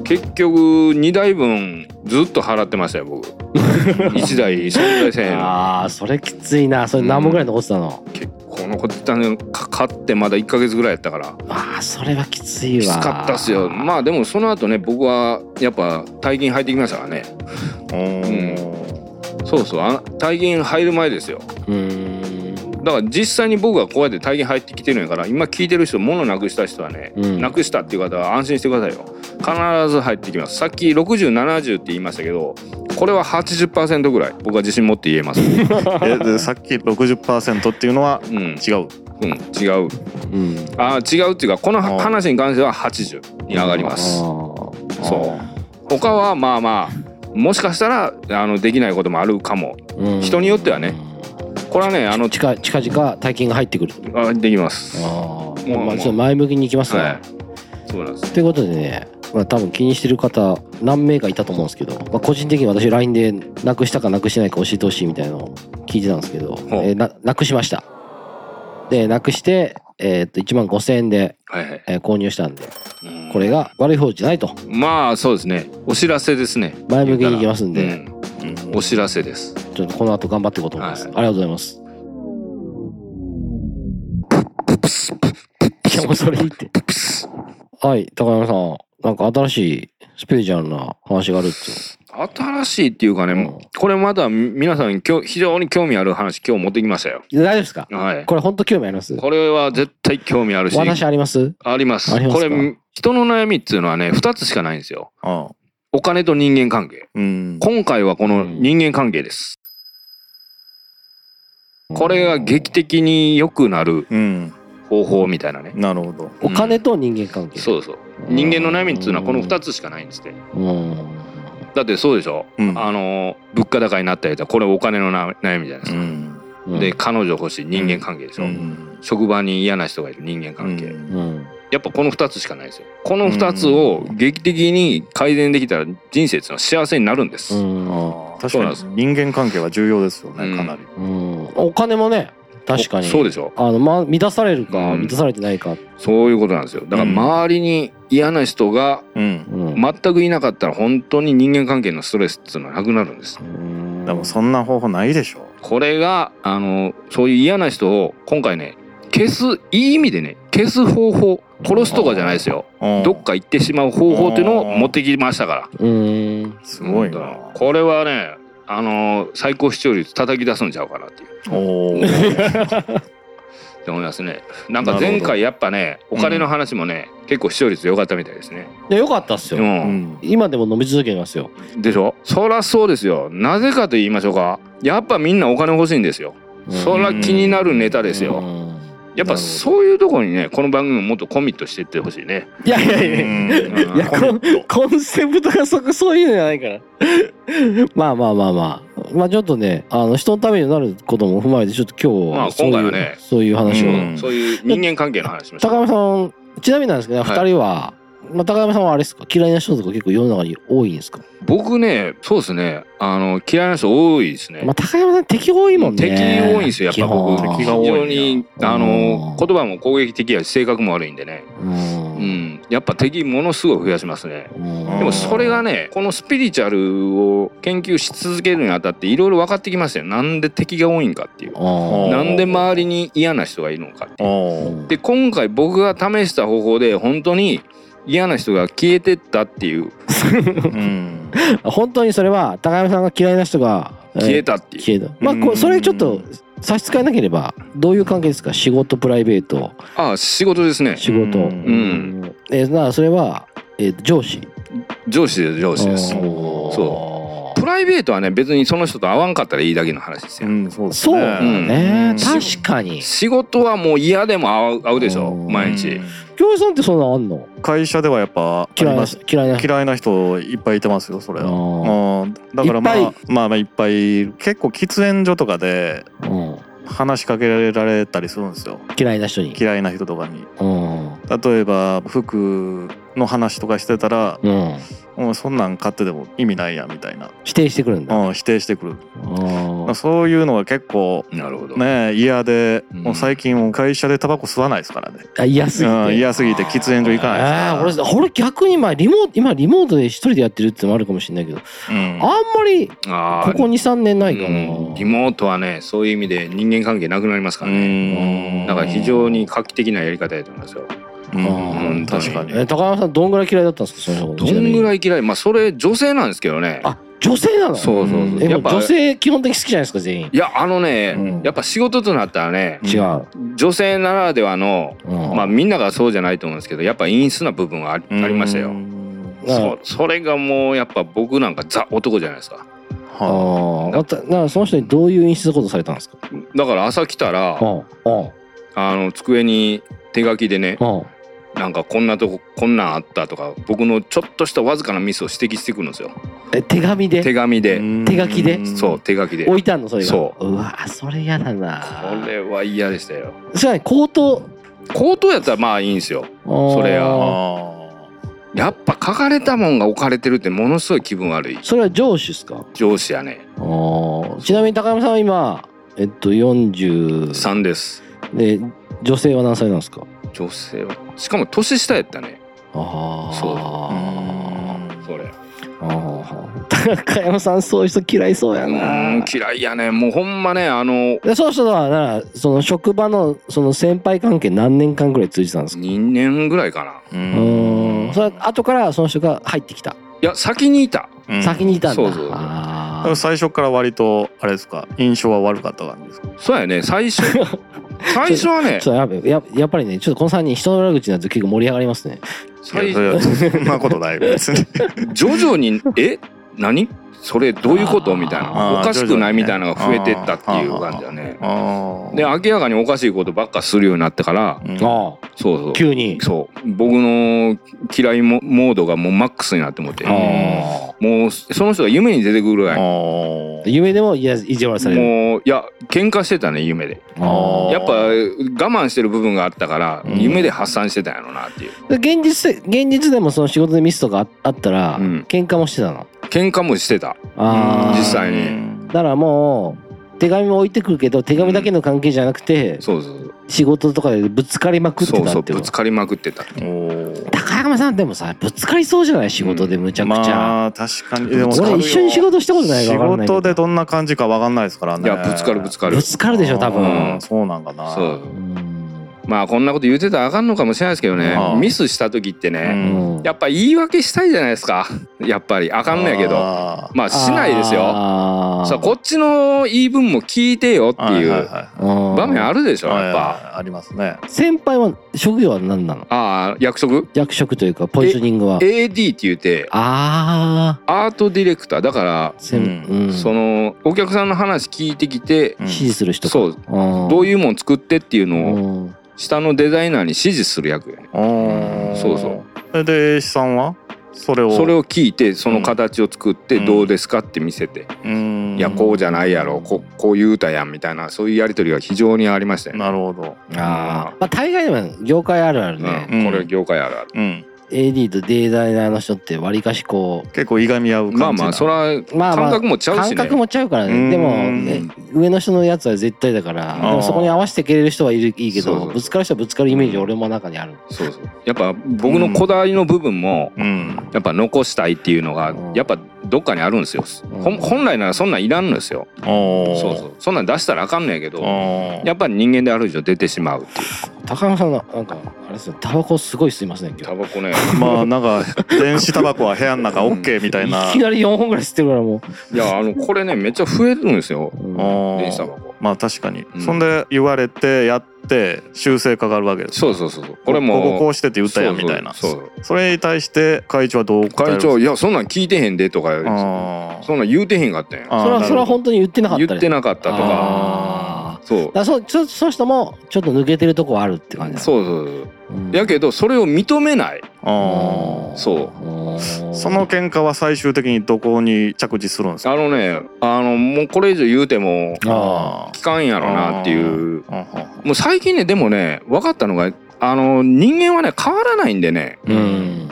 Speaker 3: 結局2台分ずっと払ってましたよ
Speaker 2: *laughs*
Speaker 3: 僕1台存在せえへんの
Speaker 1: ああそれきついなそれ何本ぐらい残ってたの、
Speaker 3: 結構残ってたのかかってまだ1ヶ月ぐらいやったから
Speaker 1: ああそれはきついわ
Speaker 3: きつかったっすよまあでもその後ね僕はやっぱ大金入ってきましたからねそうそうあ大金入る前ですよ
Speaker 1: うーん
Speaker 3: だから実際に僕がこうやって大金入ってきてるんやから今聞いてる人物なくした人はね、
Speaker 1: うん
Speaker 3: なくしたっていう方は安心してくださいよ必ず入ってきますさっき6070って言いましたけどこれは80%ぐらい僕は自信持って言え
Speaker 1: *laughs*
Speaker 3: ますう
Speaker 2: えでさっき60%っていうのは
Speaker 3: ん、う
Speaker 2: 違う
Speaker 3: ん、違
Speaker 1: う
Speaker 3: う
Speaker 1: ん
Speaker 3: あー違うっていうかこの
Speaker 2: あー
Speaker 3: 話に関しては80に上がりますそう他はまあまあもしかしたらあのできないこともあるかも
Speaker 1: うん
Speaker 3: 人によってはねこれはねあの
Speaker 1: 近近々大金が入ってくる
Speaker 3: あできますは
Speaker 1: ああ
Speaker 3: まあ
Speaker 1: まあちょっと前向きにいきますわ、
Speaker 3: いそうなんです
Speaker 1: ということでね、まあ、多分気にしてる方何名かいたと思うんですけど、まあ、個人的に私 LINE でなくしたかなくしてないか教えてほしいみたいなのを聞いてたんですけど、
Speaker 3: う
Speaker 1: えーななくしましたでなくして、えーっと1万5000円で、
Speaker 3: はいはい
Speaker 1: えー購入したんで
Speaker 3: うん
Speaker 1: これが悪い方じゃないと
Speaker 3: まあそうですねお知らせですね
Speaker 1: 前向きにいきますんで、
Speaker 3: うんお知らせです
Speaker 1: ちょっとこの後頑張っていこうと思います、
Speaker 3: はい
Speaker 1: ありがとうございますいやもうそれいいって。はい、高山さん。なんか新しいスページャンな話があるって。
Speaker 3: 新しいっていうかね、
Speaker 1: うん
Speaker 3: これまだ皆さんに今日非常に興味ある話今日持ってきましたよ。
Speaker 1: 大丈夫ですか
Speaker 3: はい。
Speaker 1: これ本当興味あります
Speaker 3: これは絶対興味あるし、
Speaker 1: 私あります
Speaker 3: あります。
Speaker 1: あります
Speaker 3: こ
Speaker 1: か
Speaker 3: れ、人の悩みっていうのはね、二つしかないんですよ。
Speaker 2: ああ
Speaker 3: お金と人間関係。
Speaker 2: うん
Speaker 3: 今回はこの人間関係です。これが劇的に良くなる
Speaker 2: うん
Speaker 3: 方法みたいなね。
Speaker 2: なるほど
Speaker 1: お金と人間関係。
Speaker 3: そうそう。人間の悩みっていうのはこの二つしかないんですって。
Speaker 1: うん。
Speaker 3: だってそうでしょ、
Speaker 2: うん
Speaker 3: あの物価高になったりとかこれお金のな悩みじゃないです
Speaker 2: う
Speaker 3: か、
Speaker 2: ん
Speaker 1: うん
Speaker 3: で、彼女欲しい人間関係でし
Speaker 2: う
Speaker 3: ょ、
Speaker 2: ん
Speaker 3: 職場に嫌な人がいる人間関係、
Speaker 2: うん
Speaker 1: うん。
Speaker 3: やっぱこの2つしかないですよこの2つを劇的に改善できたら人生っていうのは幸せになるんです、
Speaker 1: うん。
Speaker 2: ああ確
Speaker 3: そうなん
Speaker 2: か
Speaker 3: で
Speaker 2: に人間関係は重要ですよ
Speaker 3: うん
Speaker 2: ねかなり
Speaker 1: うん。お金もね、確かに。
Speaker 3: おそうでしょ
Speaker 1: あの、ま、満たされるか、
Speaker 3: うん
Speaker 1: 満たされてないか。
Speaker 3: そういうことなんですよだから周りに嫌な人が
Speaker 2: うん
Speaker 1: うん。
Speaker 3: 全くいなかったら本当に人間関係のストレスっていうのはなくなるんです
Speaker 1: うん
Speaker 2: でもそんな方法ないでしょ
Speaker 3: これがあのそういう嫌な人を今回ね消すいい意味でね消す方法殺すとかじゃないですよ
Speaker 2: うん
Speaker 3: どっか行ってしまう方法っていうのを持ってきましたから。
Speaker 1: うん。
Speaker 2: すごいな
Speaker 3: これはね、あのー最高視聴率叩き出すんちゃうかなっていう。
Speaker 2: おー
Speaker 3: って思いますね。なんか前回やっぱね、
Speaker 2: るほ
Speaker 3: お
Speaker 2: ど
Speaker 3: 金の話もね、結構視聴率良かったみたいですね。
Speaker 1: いや、よかったっす
Speaker 3: う。
Speaker 1: よ。
Speaker 2: うんん
Speaker 1: 今でも飲み続けてますよ。
Speaker 3: でしょそらそうですよ。なぜかと言いましょうか。やっぱみんなお金欲しいんですよ。そら気になるネタです
Speaker 1: う
Speaker 3: よ。
Speaker 1: ん
Speaker 3: やっぱそういうところにね、この番組ももっとコミットしていってほしいね。
Speaker 1: いやいやいやいや。
Speaker 2: うん
Speaker 1: いや
Speaker 2: コ
Speaker 1: こ
Speaker 2: ミ
Speaker 1: の
Speaker 2: ット
Speaker 1: コンセプトがそこそういうのじゃないから *laughs* まあまあまあまあまあちょっとねあの人のためになることも踏まえてちょっと今日
Speaker 3: まあ
Speaker 1: そういう
Speaker 3: 今回はね
Speaker 1: そういう話を、
Speaker 2: うん
Speaker 3: そういう人間関係の話しましょう
Speaker 1: 高山さんちなみになんですけど、ね
Speaker 3: はい
Speaker 1: 2人は、まあ、高山さんはあれですか嫌いな人とか結構世の中に多いんですか、
Speaker 3: 僕ね、そうですね。あの、嫌いな人多いですね。
Speaker 1: まあ、高山さん敵多いもんね
Speaker 3: 敵多いんですよやっぱ僕
Speaker 1: 基本
Speaker 2: 敵
Speaker 3: 非
Speaker 2: が多い
Speaker 3: 常に
Speaker 1: うん
Speaker 3: あの言葉も攻撃的やし性格も悪いんでね、
Speaker 1: う
Speaker 3: うんん、やっぱ敵ものすごい増やしますね
Speaker 1: うん
Speaker 3: でもそれがねこのスピリチュアルを研究し続けるにあたっていろいろ分かってきましたよなんで敵が多いんかっていう
Speaker 1: うん
Speaker 3: なんで周りに嫌な人がいるのかっていう
Speaker 2: おー
Speaker 3: で今回僕が試した方法で本当に嫌な人が消えてったっていう
Speaker 2: うん
Speaker 1: 本当にそれは高山さんが嫌いな人がえー
Speaker 3: 消えたっていう
Speaker 1: 消えたまあこ
Speaker 2: う
Speaker 1: うんそれちょっと差し支えなければどういう関係ですか仕事プライベート
Speaker 3: ああ仕事ですね
Speaker 1: 仕事
Speaker 2: うん
Speaker 1: えーなそれは、えー上司
Speaker 3: 上司です上司です
Speaker 1: おー
Speaker 3: そうプライベートはね別にその人と会わんかったらいいだけの話ですよ
Speaker 2: うんそうです
Speaker 1: そうだね、
Speaker 2: うん
Speaker 1: 確かに
Speaker 3: 仕事はもう嫌でも会う会うでしょ
Speaker 1: うん
Speaker 3: 毎日
Speaker 1: 京平さんってそんなんあんの
Speaker 2: 会社ではやっぱあり
Speaker 1: 嫌いな
Speaker 2: ます
Speaker 1: 人嫌いな人
Speaker 2: 嫌いな人いっぱいいてますよそれ
Speaker 1: あ
Speaker 2: は
Speaker 1: ー
Speaker 2: うんだからま
Speaker 1: いっ
Speaker 2: あまあまあいっぱいいる結構喫煙所とかで
Speaker 1: うん
Speaker 2: 話しかけられたりするんですよ
Speaker 1: 嫌いな人に
Speaker 2: 嫌いな人とかに
Speaker 1: うんうん
Speaker 2: 例えば服の話とかしてたら「うんそんなん買ってでも意味ないや」みたいな、
Speaker 1: 否定してくるんだ
Speaker 2: うん、否定してくる
Speaker 1: うん
Speaker 2: そういうのは結構
Speaker 3: なるほど、
Speaker 2: ね嫌で、
Speaker 3: うん
Speaker 2: もう最近もう会社でタバコ吸わないですからね
Speaker 1: あ嫌すぎ
Speaker 2: うん
Speaker 1: て
Speaker 2: 嫌すぎて喫煙所行かない
Speaker 1: ああ
Speaker 2: で
Speaker 1: 俺
Speaker 2: すか
Speaker 1: 俺逆にまあリモート今リモートで一人でやってるってのもあるかもしれないけど
Speaker 2: ら、うん
Speaker 1: あんまり
Speaker 3: あ
Speaker 1: こ
Speaker 3: ー
Speaker 1: こ23年ないかな、
Speaker 3: うんリモートはねそういう意味で人間関係なくなりますから
Speaker 2: う
Speaker 3: ね
Speaker 2: ん
Speaker 3: だから非常に画期的なやり方やと思いますよ
Speaker 2: うん
Speaker 3: うん
Speaker 2: 確かに
Speaker 1: え高山さんどんぐらい嫌いだったんですかその
Speaker 3: どんぐ
Speaker 1: い
Speaker 3: らい嫌いまあそれ女性なんですけどね
Speaker 1: あ女性なの
Speaker 3: そうそうそう
Speaker 1: え
Speaker 3: や
Speaker 1: も
Speaker 3: っ
Speaker 1: う
Speaker 3: ぱ
Speaker 1: 女性基本的に好きじゃないですか全員
Speaker 3: いやあのね、
Speaker 2: うん
Speaker 3: やっぱ仕事となったらね
Speaker 2: うん
Speaker 1: 違う、
Speaker 3: 女性ならではの
Speaker 1: うん
Speaker 3: まあみんながそうじゃないと思うんですけどやっぱ陰湿な部分がありありました
Speaker 2: う
Speaker 3: よ
Speaker 2: ん
Speaker 1: な
Speaker 3: そそれがもうやっぱ僕なんかザ男じゃないですか
Speaker 1: あ
Speaker 2: は
Speaker 1: ーだっただからその人にどういう演出ことされたんですか
Speaker 3: だから朝来たら
Speaker 1: うんうん
Speaker 3: あの机に手書きでね
Speaker 1: うん
Speaker 3: なんかこんなとここんなんあったとか僕のちょっとしたわずかなミスを指摘してくるんですよ
Speaker 1: え手紙
Speaker 3: 手
Speaker 1: で
Speaker 3: 紙
Speaker 2: い
Speaker 3: で
Speaker 1: 手書きで
Speaker 2: ん
Speaker 3: そう手書きでこ
Speaker 1: 置いたんのそれが
Speaker 3: そう
Speaker 1: わそれ嫌だな
Speaker 3: れは嫌でしたよ
Speaker 1: それ口頭
Speaker 3: 口頭やったらまあいいんですよ
Speaker 1: そ
Speaker 3: れや
Speaker 2: あ
Speaker 3: やっぱ書かれたもんが置かれてるってものすごい気分悪い
Speaker 1: それは上司ですか
Speaker 3: 上司やね
Speaker 1: あーちなみに高山さんは今えっと40
Speaker 3: 3です
Speaker 1: で女性は何歳なんですか
Speaker 3: 女性はしかも年下やったね
Speaker 1: ああ
Speaker 3: そう
Speaker 2: ーうん
Speaker 3: それ
Speaker 1: あああ高山さんそういう人嫌いそうや
Speaker 3: う
Speaker 1: なん
Speaker 3: 嫌いやねもうほんまねあの
Speaker 1: でそうしたらなその職場のその先輩関係何年間ぐらい通じてたんですか
Speaker 3: 2年ぐらいかな
Speaker 2: う
Speaker 1: うんーんそれは後からその人が入ってきた、
Speaker 3: いや先にいた
Speaker 2: うん
Speaker 1: 先にいたんだ
Speaker 3: そうそう
Speaker 2: だ
Speaker 1: あ
Speaker 2: か
Speaker 1: ー
Speaker 2: ら最初から割とあれですか印象は悪かった感じですか
Speaker 3: そうやね最
Speaker 2: *laughs*
Speaker 3: 初最初はね
Speaker 1: ちょっとやべややっぱりねちょっとこの3人人の裏口になると結構盛り上がりますね
Speaker 3: 最
Speaker 2: いやそれはそんなことない
Speaker 1: *laughs*
Speaker 2: 別に
Speaker 3: 徐々に「え何それどういうこと?」みたい
Speaker 2: あー
Speaker 3: なおかしくな
Speaker 2: 徐々
Speaker 3: い
Speaker 2: にね
Speaker 3: みたいなのが増えてったっていう感じだね
Speaker 2: ああ
Speaker 3: で明らかにおかしいことばっかするようになってから
Speaker 2: うん
Speaker 1: ああ
Speaker 3: そうそう
Speaker 1: 急に
Speaker 3: そう僕の嫌いもモードがもうマックスになってもって
Speaker 1: ああ
Speaker 3: もうその人が夢に出てくるぐらいも
Speaker 2: ああ
Speaker 1: 夢でもいや意地悪される
Speaker 3: ういや喧嘩してたね夢で
Speaker 2: あー
Speaker 3: やっぱ我慢してる部分があったから
Speaker 2: うん
Speaker 3: 夢で発散してたんやろなっていう
Speaker 1: 現実せ現実でもその仕事でミスとかああったら、
Speaker 3: うん
Speaker 1: 喧嘩もしてたの
Speaker 3: 喧嘩もしてた
Speaker 1: あー
Speaker 3: 実際に
Speaker 2: うん
Speaker 1: だからもう手紙も置いてくるけど手紙だけの関係じゃなくて、
Speaker 3: そうそう
Speaker 1: 仕事とかでぶつかりまくって
Speaker 3: そうそ
Speaker 1: た
Speaker 3: う
Speaker 1: っていう
Speaker 3: ぶ
Speaker 1: こと
Speaker 3: つかりまくってた
Speaker 2: おー
Speaker 1: 高山さんでもさぶつかりそうじゃない仕事でむちゃくちゃ、
Speaker 2: まあ確かにでも
Speaker 1: 俺一緒に仕事したことないか
Speaker 2: 仕
Speaker 1: ら分かんないけど
Speaker 2: 事でどんな感じかわかんないですから
Speaker 3: い
Speaker 2: ね
Speaker 3: やぶつかるぶつかる
Speaker 1: ぶつかるでしょ多
Speaker 2: う
Speaker 1: 分
Speaker 2: んそうなんかな
Speaker 3: そう
Speaker 1: うん
Speaker 3: まあこんなこと言ってたらあかんのかもしれないですけどね
Speaker 2: ああ
Speaker 3: ミスした時って
Speaker 2: う
Speaker 3: ね、
Speaker 1: うん
Speaker 3: やっぱ言い訳したいじゃないですか *laughs* やっぱりあかんのやけど
Speaker 2: あ
Speaker 3: まあしないですよ
Speaker 1: あー
Speaker 3: さあこっちの言い分も聞いてよって
Speaker 2: ーはいいはいはいう
Speaker 3: 場面あるでしょ
Speaker 2: はい
Speaker 3: や
Speaker 2: はい
Speaker 3: っぱ
Speaker 2: はいありますね
Speaker 1: 先輩は職業は何なの
Speaker 3: ああ役職
Speaker 1: 役職というかポジショニングは
Speaker 3: AD って言って
Speaker 1: あ
Speaker 3: アートディレクターだから、
Speaker 1: あ先
Speaker 2: うん
Speaker 1: うん
Speaker 3: そのお客さんの話聞いてきて、
Speaker 2: うん
Speaker 1: 指示する人
Speaker 3: そうど
Speaker 1: ど
Speaker 3: ういうもん作ってっていうのを
Speaker 1: の
Speaker 3: 下のデザイナーに指示する役やね
Speaker 2: おー
Speaker 3: そうそう
Speaker 2: それで A 氏さんはそれを
Speaker 3: それを聞いてその形を作って
Speaker 2: うん
Speaker 3: どうですかって見せて、
Speaker 2: うん
Speaker 3: いやこうじゃないやろここう言うたやんみたいなそういうやり取りが非常にありましたよね、
Speaker 2: なるほど
Speaker 1: あーまあ大概でも業界あるあるね、
Speaker 3: うんこれは業界あるある、
Speaker 2: うん、
Speaker 1: AD とデザイナーの人ってわりかしこ
Speaker 2: 結構いがみ合う感じ
Speaker 3: まあまあそれは
Speaker 1: うまあま
Speaker 3: 感
Speaker 1: あ
Speaker 3: 覚もちゃうし
Speaker 1: 感
Speaker 3: ね、
Speaker 1: 覚もちゃうから
Speaker 2: うん
Speaker 1: ねでもえ上の人のやつは絶対だから
Speaker 2: あ
Speaker 1: で
Speaker 2: ー
Speaker 1: もそこに合わせてくれる人はいるいいけ
Speaker 3: そうそう
Speaker 1: どぶつかる人はぶつかるイメージ俺も中にある
Speaker 3: そうそうやっぱ僕のこだわりの部分も
Speaker 2: うん
Speaker 3: やっぱ残したいっていうのが
Speaker 1: うん
Speaker 3: やっぱどっかにあるんですよ、ほん本来ならそんなんいらんのですよ、
Speaker 2: おー
Speaker 3: そうそうそんなん出したらあかんねんけど、
Speaker 2: おー
Speaker 3: やっぱり人間である以上出てしまうっていう
Speaker 1: 高山さんのなんかあれですよタバコすごい吸いますね今
Speaker 3: タバコね
Speaker 2: まあなんか電子タバコは部屋の中 OK みたい
Speaker 1: 日
Speaker 3: *laughs*
Speaker 2: ない
Speaker 1: きなり4本ぐらい吸ってるからも
Speaker 3: いやあのこれねめっちゃ増えるんですよ
Speaker 1: う、うん
Speaker 2: おー
Speaker 3: 電子タバコ
Speaker 2: まあ確かに、
Speaker 3: うん
Speaker 2: そんで言われてやって修正かかるわけです
Speaker 3: そうそうそうそうこれも
Speaker 2: こここうしてって言ったやんみたいな
Speaker 3: そうそう
Speaker 2: それに対して会長はどう答え
Speaker 3: 会
Speaker 2: る
Speaker 3: 長いやそんなん聞いてへんでとか言われて
Speaker 2: あー
Speaker 3: そんなん言うてへんかったんや
Speaker 2: あー
Speaker 1: それは
Speaker 2: なるほど
Speaker 1: それは本当に言ってなかった
Speaker 3: 言って
Speaker 1: か
Speaker 3: なかったとか
Speaker 1: あー
Speaker 3: そう
Speaker 1: だからそそその人もちょっと抜けてるとこはあるって感じなの
Speaker 3: そうそうそう
Speaker 1: うん
Speaker 3: やけどそれを認めない
Speaker 2: あ
Speaker 3: そう
Speaker 1: う
Speaker 2: ーその喧嘩は最終的にどこに着地するんですか
Speaker 3: あのねあのもうこれ以上言うても
Speaker 1: あ
Speaker 3: 聞かんやろなっていう
Speaker 2: あー
Speaker 3: もう最近ねでもね分かったのがあの人間はね変わらないんでね
Speaker 1: ーうん
Speaker 2: う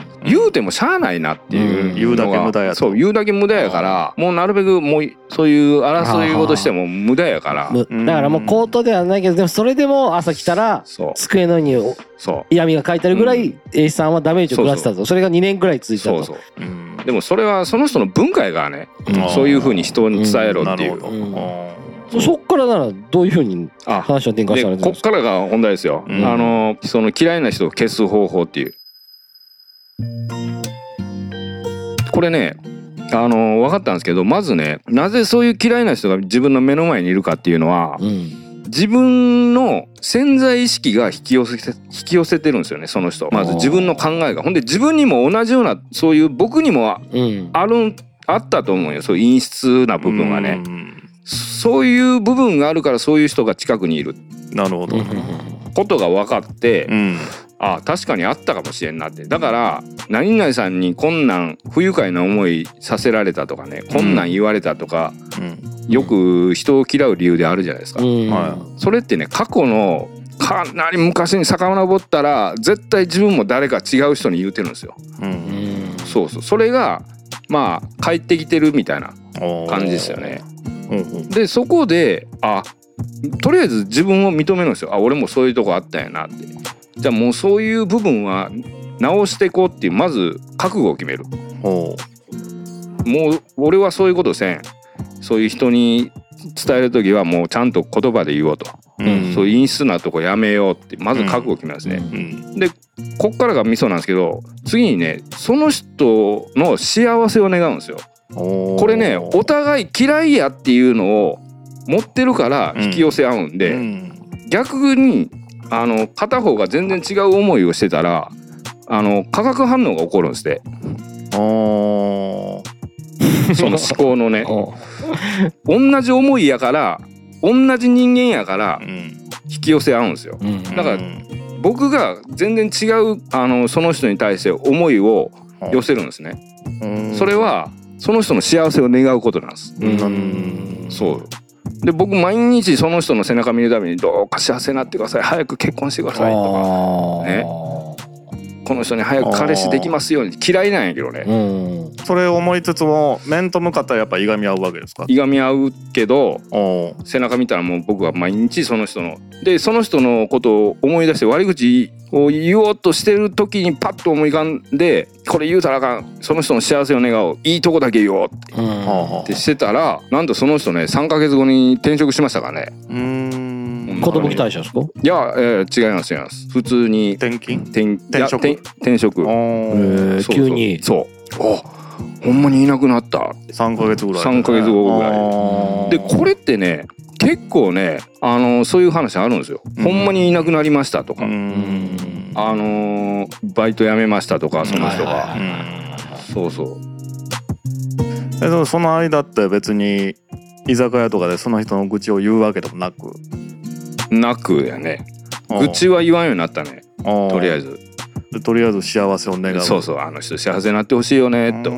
Speaker 2: ん
Speaker 3: 言うてもしゃあないなっていう、
Speaker 1: うん
Speaker 2: 言うだけ無駄やと
Speaker 3: そう言うだけ無駄やからもうなるべくもうそういう争い事しても無駄やから
Speaker 1: む
Speaker 2: うん
Speaker 1: だからもう口頭ではないけどでもそれでも朝来たら
Speaker 3: そう
Speaker 1: 机の上にお
Speaker 3: そ
Speaker 1: 嫌味が書いてあるぐら
Speaker 3: う
Speaker 1: い A さんはダメージを食らってたとそれが2年ぐらい続
Speaker 3: う
Speaker 1: いた
Speaker 3: そう
Speaker 1: と
Speaker 3: そう
Speaker 2: うん
Speaker 3: でもそれはその人の文化やからね
Speaker 1: うん
Speaker 2: あー
Speaker 3: そういうふうに人に伝えろ
Speaker 2: な
Speaker 3: ってい
Speaker 2: る
Speaker 3: う
Speaker 2: ほど、
Speaker 1: うん
Speaker 2: あー
Speaker 1: そそっからならどういうふうに
Speaker 3: あ
Speaker 1: 話を展開
Speaker 3: で
Speaker 1: されてるんで
Speaker 3: こっ
Speaker 1: すか
Speaker 3: からが本題ですよ、
Speaker 2: うん
Speaker 3: あのその嫌いな人を消す方法っていうこれねあの分かったんですけどまずねなぜそういう嫌いな人が自分の目の前にいるかっていうのは
Speaker 1: うん
Speaker 3: 自分の潜在意識が引き寄せて引き寄せてるんですよねその人まず自分の考えがほんで自分にも同じようなそういう僕にも
Speaker 1: うん
Speaker 3: あるんあったと思うよそういう陰湿な部分はね
Speaker 2: うん
Speaker 3: そういう部分があるからそういう人が近くにいる
Speaker 2: なるほど、
Speaker 3: ことが分かって、
Speaker 2: うん
Speaker 3: あ確かにあったかもしれんなってだから何々さんにこんなん不愉快な思いさせられたとかねこんなん言われたとか、
Speaker 2: うん
Speaker 3: よく人を嫌う理由であるじゃないですか。
Speaker 1: うん
Speaker 2: は
Speaker 3: それってね過去のかなり昔に遡ったら絶対自分も誰か違う人に言うてるんですよ。
Speaker 2: う
Speaker 1: うんん
Speaker 3: そうそうそれがまあ帰ってきてるみたいな
Speaker 2: おー
Speaker 3: 感じですよね。
Speaker 2: うんうん
Speaker 3: でそこであとりあえず自分を認めるんですよあ俺もそういうとこあったんやなってじゃあもうそういう部分は直していこうっていうまず覚悟を決める
Speaker 2: おー
Speaker 3: もう俺はそういうことせんそういう人に伝える時はもうちゃんと言葉で言おうと、
Speaker 1: うん
Speaker 3: そういう陰湿なとこやめようってまず覚悟決めますね、
Speaker 2: うん
Speaker 3: こっからがミソなんですけど次にねその人の幸せを願うんですよこ
Speaker 2: こ
Speaker 3: れねお互い嫌いやっていうのを持ってるから引き寄せ合うんで、逆にあの片方が全然違う思いをしてたらあの化学反応が起こるんですって *laughs* その思考のね
Speaker 1: おう
Speaker 3: 同じ思いやから同じ人間やから引き寄せ合うんですよ
Speaker 1: うん
Speaker 3: だから僕が全然違うあのその人に対して思いを寄せるんですねそれはその人の幸せを願うことなんです
Speaker 1: うん
Speaker 2: うん
Speaker 3: そうで僕毎日その人の背中見るためにどうか幸せになってください早く結婚してくださいとか
Speaker 1: あ
Speaker 3: ねこの人に早く彼氏できますように嫌いなんやけどね
Speaker 1: ーうん
Speaker 2: それを思いつつも面と向かったらやっぱいがみ合うわけですか
Speaker 3: いがみ合うけど
Speaker 2: おー
Speaker 3: 背中見たらもう僕は毎日その人のでその人のことを思い出して悪口を言おうとしてる時にパッと思い浮かんでこれ言うたらあかんその人の幸せを願おういいとこだけ言おうっ
Speaker 1: うん
Speaker 2: はあはあ
Speaker 3: てしてたらなんとその人ね3ヶ月後に転職しましたからね
Speaker 2: うーん
Speaker 1: 子供期待者ですか
Speaker 3: いや、えー違います違います普通に
Speaker 2: 転勤
Speaker 3: 転いや
Speaker 2: 転職
Speaker 3: 転転職
Speaker 2: おー
Speaker 1: えー
Speaker 3: そうそう
Speaker 1: 急に
Speaker 3: そうおほんまにいなくなった
Speaker 2: 三ヶ月ぐらい
Speaker 3: 3ヶ月後ぐらい
Speaker 2: あー
Speaker 3: でこれってね結構ねあのそういう話あるんですよ、
Speaker 2: うん
Speaker 3: ほんまにいなくなりましたとか、
Speaker 2: うん
Speaker 3: あのーバイト辞めましたとかその人が、
Speaker 1: はいはい
Speaker 2: うん
Speaker 3: そうそう
Speaker 2: えでもその間って別に居酒屋とかでその人の愚痴を言うわけでもなく
Speaker 3: なくやね愚痴は言わんようになったねと
Speaker 2: と
Speaker 3: りあえ
Speaker 2: ず
Speaker 3: ず
Speaker 2: とりあえず幸せを願う
Speaker 3: そうそうあの人幸せになってほしいよねと
Speaker 2: と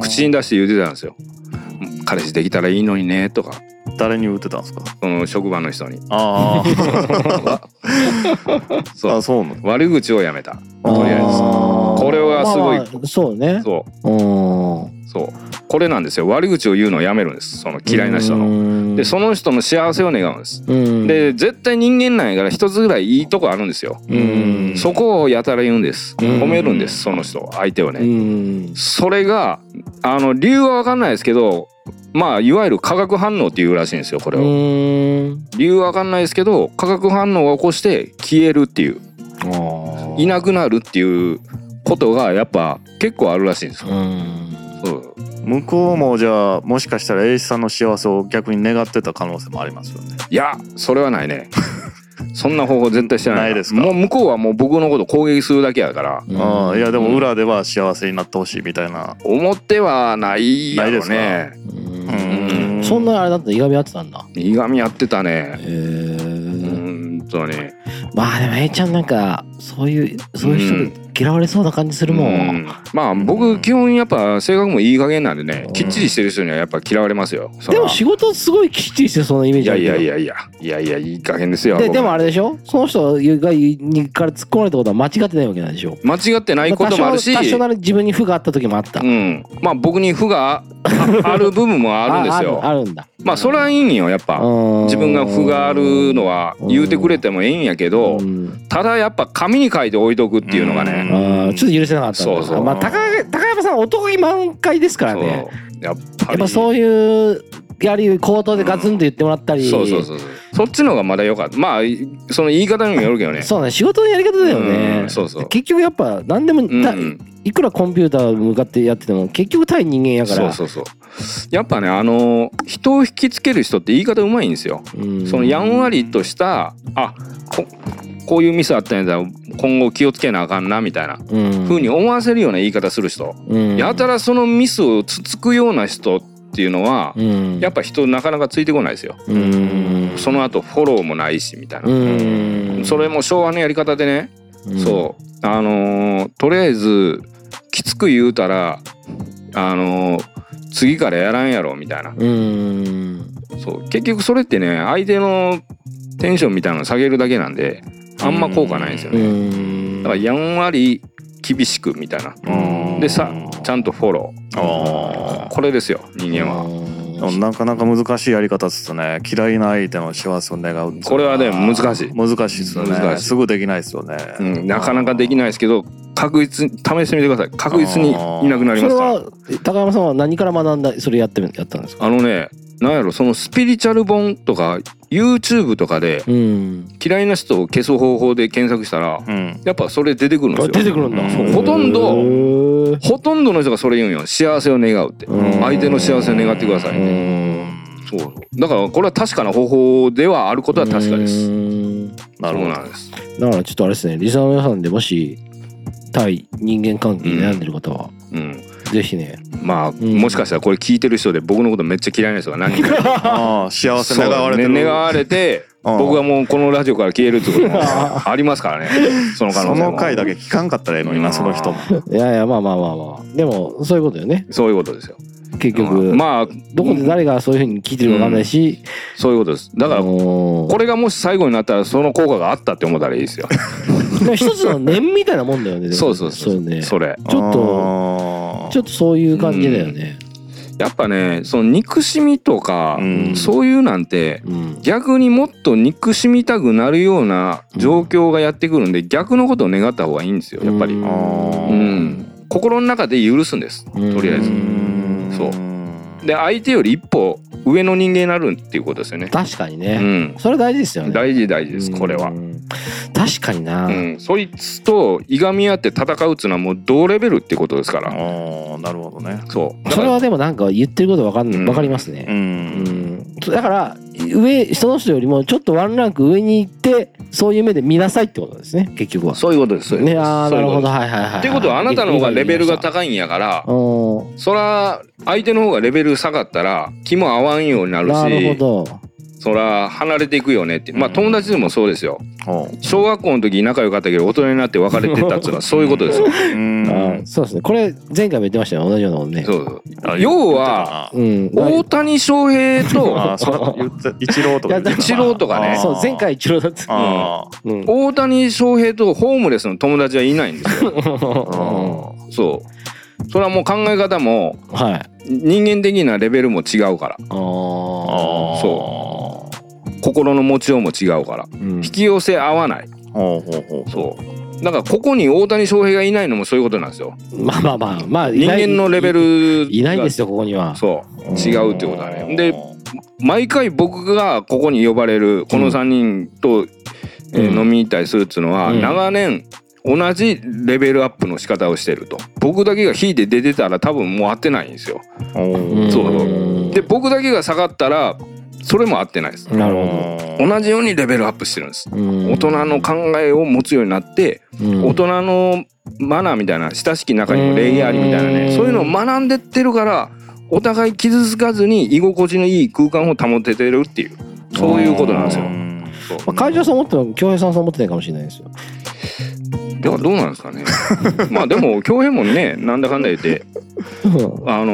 Speaker 3: 口に出して言うてたんですよ彼氏できたらいいのにねとか
Speaker 2: 誰に言ってたんですか
Speaker 3: その職場の人に
Speaker 2: あ
Speaker 3: そ
Speaker 2: あ
Speaker 3: う
Speaker 2: あそうなの
Speaker 3: 悪口をやめたとりあえず
Speaker 1: あー
Speaker 3: これはすごい
Speaker 1: まあまあそうね
Speaker 3: そ
Speaker 1: うん
Speaker 3: うそうこれなんですよ悪口を言うのをやめるんですその嫌いな人の
Speaker 1: の
Speaker 3: でその人の幸せを願うんです
Speaker 1: うん
Speaker 3: で絶対人間なんやから一つぐらいいいとこあるんですよ
Speaker 1: うん
Speaker 3: そこをやたら言うんです
Speaker 1: うん
Speaker 3: 褒めるんですその人を相手を
Speaker 1: う
Speaker 3: ね
Speaker 1: ん
Speaker 3: それがあの理由は分かんないですけどまあいわゆる化学反応っていうらしいんですよこれ
Speaker 1: う
Speaker 3: を
Speaker 1: ん
Speaker 3: 理由は分かんないですけど化学反応が起こして消えるっていういなくなるっていうことがやっぱ結構あるらしいんですよ
Speaker 1: うん
Speaker 3: そう
Speaker 2: 向こうもじゃあもしかしたら A さんの幸せを逆に願ってた可能性もありますよね
Speaker 3: いやそれはな
Speaker 1: *laughs*
Speaker 3: いねそんな方法絶対してない
Speaker 2: ないですか
Speaker 3: もう向こうはもう僕のこと攻撃するだけやから
Speaker 2: ああいやで
Speaker 3: うん
Speaker 2: も裏では幸せになってほしいみたいな
Speaker 3: 表はないやろ
Speaker 2: ない
Speaker 3: ね
Speaker 1: う
Speaker 2: うんん
Speaker 1: そんなあれだったいがみ合ってたんだ
Speaker 3: いがみ合ってた
Speaker 1: へ
Speaker 3: ね
Speaker 1: え
Speaker 3: うーんとね
Speaker 1: まあでも A ちゃんなんかそういうそういう人に嫌われそうな感じするも
Speaker 3: うん
Speaker 1: ん
Speaker 3: まあ僕基本やっぱ性格もいい加減なんでねきっちりしてる人にはやっぱ嫌われますよそら
Speaker 1: でも仕事すごいきっちりしてそうなイメー
Speaker 3: い
Speaker 1: ジあ
Speaker 3: や
Speaker 1: るけど
Speaker 3: いやいやいやいやいやいい加減ですよ
Speaker 1: で
Speaker 3: 僕
Speaker 1: でもあれでしょその人がにから突っ込まれたことは間違ってないわけなんでしょ
Speaker 3: 間違ってないこともあるし
Speaker 1: 多少多少なり自分に負があった時もあった、
Speaker 3: うん、まあ僕に負があある部分もあるんです
Speaker 1: あ
Speaker 3: よ
Speaker 1: あるんだ
Speaker 3: まあそれはいいんよやっぱ自分が負があるのは言うてくれてもええんやけど
Speaker 1: うん
Speaker 3: ただやっぱ紙に書いて置いとくっていうのがね
Speaker 2: うん
Speaker 1: あーちょっと許せなかったんだ
Speaker 3: そうそう
Speaker 1: まあ、高高山さん男気満開ですから
Speaker 3: そう
Speaker 1: ね
Speaker 3: やっぱ
Speaker 1: やっ
Speaker 3: り
Speaker 1: ぱそういうやはり口頭でガツンと言ってもらったり、
Speaker 3: そうそうそうそうそっちの方がまだ良かったまあその言い方にもよるけどね
Speaker 1: そうね仕事のやり方だよね、
Speaker 3: うんそうそう
Speaker 1: 結局やっぱ何でも、
Speaker 3: うん
Speaker 1: たいくらコンピューター向かってやってても結局対人間やから
Speaker 3: そうそうそうやっぱねあの人を引きつける人って言い方うまいんですよ
Speaker 1: うん
Speaker 3: そのやんわりとしたあここういうミスあったんやったら今後気をつけなあかんなみたいな
Speaker 1: うん
Speaker 3: 風に思わせるような言い方する人
Speaker 1: うん
Speaker 3: やたらそのミスをつつくような人っていうのは
Speaker 1: うん
Speaker 3: やっぱ人なかなかついてこないですよ
Speaker 1: うん
Speaker 3: その後フォローもないしみたいな
Speaker 1: うん
Speaker 3: それも昭和のやり方でね
Speaker 1: うん
Speaker 3: そうあのーとりあえずきつく言うたらあのー次からやらんやろみたいな
Speaker 1: うん
Speaker 3: そう結局それってね相手のテンションみたいなの下げるだけなんであんま効果ないんですよ
Speaker 1: う
Speaker 3: ね
Speaker 1: ん
Speaker 3: だからやんわり厳しくみたいな
Speaker 2: うん
Speaker 3: でさちゃんとフォロ
Speaker 2: あ
Speaker 3: ーこれですよ人間は
Speaker 1: り
Speaker 2: で
Speaker 1: ま
Speaker 2: も
Speaker 1: した。
Speaker 2: なかなか難しいやり方っすね嫌いな相手の幸せを願うっていうの
Speaker 3: これはね難しい
Speaker 2: 難しいっすよね
Speaker 3: 難しい
Speaker 2: すぐできないっすよね、
Speaker 3: うん、なかなかできないですけど確実に試してみてください確実にいなくなり
Speaker 1: そ
Speaker 3: ま
Speaker 1: れ
Speaker 3: すから
Speaker 1: は高山さんは何から学んだそれやってみやったんですか。
Speaker 3: あのねなんやろそのスピリチュアル本とか YouTube とかで
Speaker 1: うん。
Speaker 3: 嫌いな人を消す方法で検索したら
Speaker 2: うん
Speaker 3: やっぱそれ出てくるんですよ
Speaker 1: 出てくるんだ。
Speaker 2: うん
Speaker 3: ほとんど
Speaker 1: へー
Speaker 3: ほとんどの人がそれ言うんよ幸せを願うって
Speaker 1: うん
Speaker 3: 相手の幸せを願ってくださいね
Speaker 2: うん
Speaker 3: そうだからこれは確かな方法ではあることは確かで
Speaker 1: う
Speaker 3: す
Speaker 1: ん
Speaker 2: なる
Speaker 3: そ
Speaker 2: ほ
Speaker 3: う
Speaker 2: ど
Speaker 3: なんです
Speaker 1: だからちょっとあれですね、リスナーの皆さんでもし、対人間関係に悩んでる方は、
Speaker 3: うん
Speaker 1: ぜひね、
Speaker 3: まあ
Speaker 1: ん
Speaker 3: もしかしたらこれ聞いてる人で僕のことめっちゃ嫌いな人が何人かいる
Speaker 2: ああ *laughs* 幸せ願われてる、
Speaker 3: そうね願われて
Speaker 2: うん
Speaker 3: 僕がもうこのラジオから消えるっ
Speaker 2: *laughs*
Speaker 3: てこともありますからねその可
Speaker 2: そ
Speaker 3: 能性も
Speaker 2: の回だけ聞かんかったらええのになその人も
Speaker 1: いやいや、まあまあまあまあ、でも、そういうことよね。
Speaker 3: そういうことですよ
Speaker 1: 結局、
Speaker 3: まあ
Speaker 1: どこで誰がそういうふうに聞いてるかわかんないし、
Speaker 3: そういうことですだから
Speaker 1: あのー
Speaker 3: これがもし最後になったらその効果があったって思ったらいいですよ
Speaker 1: まあ一つの念みたいなもんだよね。でも
Speaker 3: *laughs* そうそうそう
Speaker 1: *laughs* そうね。ち
Speaker 3: それ
Speaker 1: ょっと、
Speaker 2: と
Speaker 1: ちょっとそういう感じだよね。
Speaker 3: やっぱねその憎しみとか
Speaker 2: うん
Speaker 3: そういうなんて
Speaker 1: うん。
Speaker 3: 逆にもっと憎しみたくなるような状況がやってくるんで逆のことを願った方がいいんですよやっぱり
Speaker 1: うん
Speaker 3: う
Speaker 2: うん
Speaker 3: ん心の中で許すんですとりあえず
Speaker 2: うん
Speaker 3: そうで相手より一歩上の人間になるっていうことですよね
Speaker 1: 確かに
Speaker 3: う
Speaker 1: ね。
Speaker 3: ん
Speaker 1: それ大事ですよね。
Speaker 3: 大事大事ですこれは
Speaker 1: う。ん。確かにな。
Speaker 3: うん、そいつといがみ合って戦うっつうのはもう同レベルってことですか
Speaker 2: あ
Speaker 3: ら
Speaker 2: あなるほどね
Speaker 3: そうだ
Speaker 1: そ
Speaker 3: か
Speaker 1: れ
Speaker 3: ら
Speaker 1: はでもなんか言ってることわかん
Speaker 3: うん
Speaker 1: わかります
Speaker 2: う
Speaker 1: ね。うんん。だから、上、その人よりもちょっとワンランク上に行って、そういう目で見なさいってことですね、結局は。
Speaker 3: そういうことですそういうこ
Speaker 1: ね、
Speaker 3: とです
Speaker 1: ああ、
Speaker 3: そう
Speaker 1: な
Speaker 3: いう
Speaker 1: るほ
Speaker 3: こと
Speaker 1: ど。
Speaker 3: です
Speaker 1: はいはいはい。
Speaker 3: ってことはあなたの方がレベルが高いんやから
Speaker 1: うん。
Speaker 3: そら相手の方がレベル下がったら気も合わんようになる
Speaker 1: なる
Speaker 3: し
Speaker 1: ほど。
Speaker 3: そら離れていくよねってまあ
Speaker 2: うん
Speaker 3: 友達でもそうですよ
Speaker 2: ほ
Speaker 3: 小学校の時仲良かったけど大人になって別れてったっつうのはそういうことですよ
Speaker 2: ううん
Speaker 1: あーそうですね。これ、前回も言ってましたよね。同じようなもんね。
Speaker 3: そう
Speaker 2: あ
Speaker 3: 要は
Speaker 1: うん。
Speaker 3: 大谷翔平
Speaker 2: 言ってたな
Speaker 3: と
Speaker 2: *laughs* あーそれ言って一郎とか言ってたな
Speaker 1: イ
Speaker 3: チローとかね
Speaker 1: そう、前回一郎だった。
Speaker 2: あー
Speaker 1: うん。
Speaker 3: 大谷翔平とホームレスの友達はいないんですよ
Speaker 1: は
Speaker 3: そうそれはもう考え方も
Speaker 1: い。あ
Speaker 3: 人間的なレベルも違うから
Speaker 1: あ。
Speaker 2: あー
Speaker 3: そ心の持ちようも違うから
Speaker 1: うん。うん
Speaker 3: 引き寄せ合わない
Speaker 2: ほうほうほう
Speaker 3: そうだからここに大谷翔平がいないのもそういうことなんですよ
Speaker 1: まあまあまあ、まあ、い
Speaker 3: 人
Speaker 1: ない
Speaker 3: 間のレベルが
Speaker 1: いないですよ、ここには。
Speaker 3: そう
Speaker 1: うん
Speaker 3: 違うってことだねで毎回僕がここに呼ばれるこの3人と、えー
Speaker 1: うん
Speaker 3: 飲みに行ったりするっていうのは、
Speaker 1: うん
Speaker 3: 長年同じレベルアップの仕方をしてると僕だけが引いて出てたら多分もう合ってないんですよ
Speaker 1: うん
Speaker 3: そうそ
Speaker 1: ん
Speaker 3: で僕だけが下がったらそれも合ってないです
Speaker 1: なる
Speaker 2: 同
Speaker 3: 同じようにレベルアップしてるんです
Speaker 1: うん
Speaker 3: 大人の考えを持つようになって
Speaker 1: うん
Speaker 3: 大人のマナーみたいな親しき中にも礼儀ありみたいな
Speaker 1: う
Speaker 3: ね
Speaker 1: ん
Speaker 3: そういうのを学んでってるからお互い傷つかずに居心地のいい空間を保ててるっていうそういうことなんですよ
Speaker 1: う。
Speaker 3: そう
Speaker 1: まあ、会場さん持っても、京平さんさん持ってないかもしれないですよ。
Speaker 3: ではどうなんですかね *laughs* まあでも恭平もねなんだかんだ言って、あの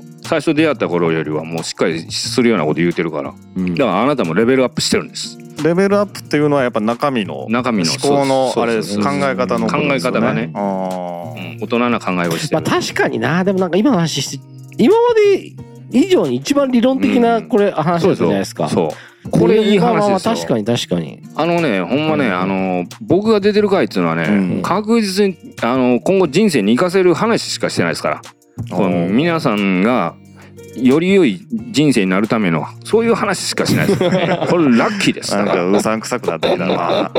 Speaker 3: ー最初出会った頃よりはもうしっかりするようなこと言うてるから
Speaker 1: うん
Speaker 3: だからあなたもレベルアップしてるんです
Speaker 2: レベルアップっていうのはやっぱ中身の
Speaker 3: 中身の
Speaker 2: 思考の
Speaker 3: そう
Speaker 2: あれです
Speaker 3: そう
Speaker 2: 考
Speaker 3: そう
Speaker 2: え方のことですよ
Speaker 3: 考え方がね
Speaker 2: あ
Speaker 3: うん大人な考えをして
Speaker 1: まあ、
Speaker 3: る、
Speaker 1: 確かにな、でもなんか今の話して、今まで以上に一番理論的
Speaker 3: う
Speaker 1: なんこれ話だったじゃないですか。
Speaker 3: そうこれいい話ですよ
Speaker 1: 確かに確かに。
Speaker 3: あのねほんまね、
Speaker 1: うん
Speaker 3: あの僕が出てる回っていうのはね、
Speaker 2: うん
Speaker 3: 確実にあの今後人生に生かせる話しかしてないですから、
Speaker 2: あ
Speaker 3: この皆さんがより良い人生になるためのそういう話しかしないですか
Speaker 1: *laughs*
Speaker 3: らねこれラッキーです
Speaker 2: な
Speaker 3: だ
Speaker 2: ん
Speaker 3: か
Speaker 2: からうさんくさくなってき
Speaker 3: *laughs*
Speaker 2: たな。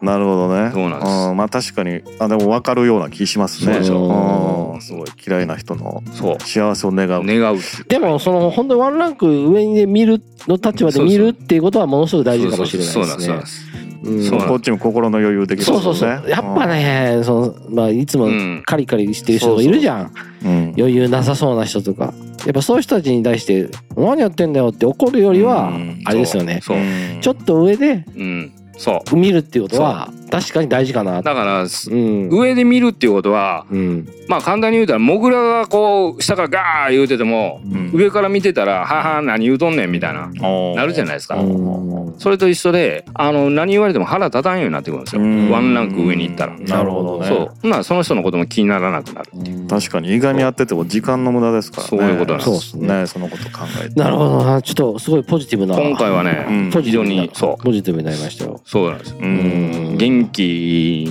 Speaker 2: なるほどね。
Speaker 3: そうなんです
Speaker 2: んまあ確かにあでも分かるような気します
Speaker 3: そう
Speaker 2: ね。
Speaker 3: でし
Speaker 1: ょ
Speaker 2: うんすごい嫌いな人の
Speaker 3: そう
Speaker 2: 幸せを願う。
Speaker 3: 願うっていう
Speaker 1: でもその本当にワンランク上に見るの立場で見るっていうことはものすごく大事かもしれない
Speaker 3: そう
Speaker 1: で
Speaker 3: そう
Speaker 1: す
Speaker 3: そうなん
Speaker 1: ね
Speaker 3: で。す
Speaker 1: うん
Speaker 3: そうなん
Speaker 2: こっちも心の余裕でき
Speaker 1: そうそうそう。やっぱ。ね、そのまあいつも
Speaker 3: うん
Speaker 1: カリカリしてる人がいるじゃん。
Speaker 2: うん
Speaker 1: 余裕なさそうな人とか。やっぱそういう人たちに対して何やってんだよって怒るよりは
Speaker 2: うん
Speaker 1: あれですよね。
Speaker 3: そう
Speaker 2: うん
Speaker 1: ちょっと上で
Speaker 3: うんそう
Speaker 1: 見るっていうことは確かに大事かな
Speaker 3: だから、
Speaker 1: うん
Speaker 3: 上で見るっていうことは
Speaker 1: うん
Speaker 3: まあ簡単に言うたらモグラがこう下からガー言うてても
Speaker 2: うん
Speaker 3: 上から見てたら「はは何言うとんねん」みたいななるじゃない
Speaker 2: い
Speaker 3: ですか。
Speaker 1: うん
Speaker 3: それと一緒であの何言われても腹立たんようになってくるんですよワンランク上に行ったら。
Speaker 2: なるほどね
Speaker 3: そうほなその人のことも気にならなくなる。
Speaker 2: 確かにいがみ合ってても時間の無駄ですからね
Speaker 3: そういうことなんです
Speaker 1: そうですね
Speaker 2: ねそのこと考えて
Speaker 1: なるほどなちょっとすごいポジティブな
Speaker 3: 今回はね、
Speaker 2: うん
Speaker 1: ポジ
Speaker 3: 非
Speaker 1: ティ
Speaker 3: 常
Speaker 1: ブに
Speaker 3: にそう
Speaker 1: ポジティブになりましたよ
Speaker 3: そうなんですよ。
Speaker 2: う
Speaker 1: うん
Speaker 3: 元気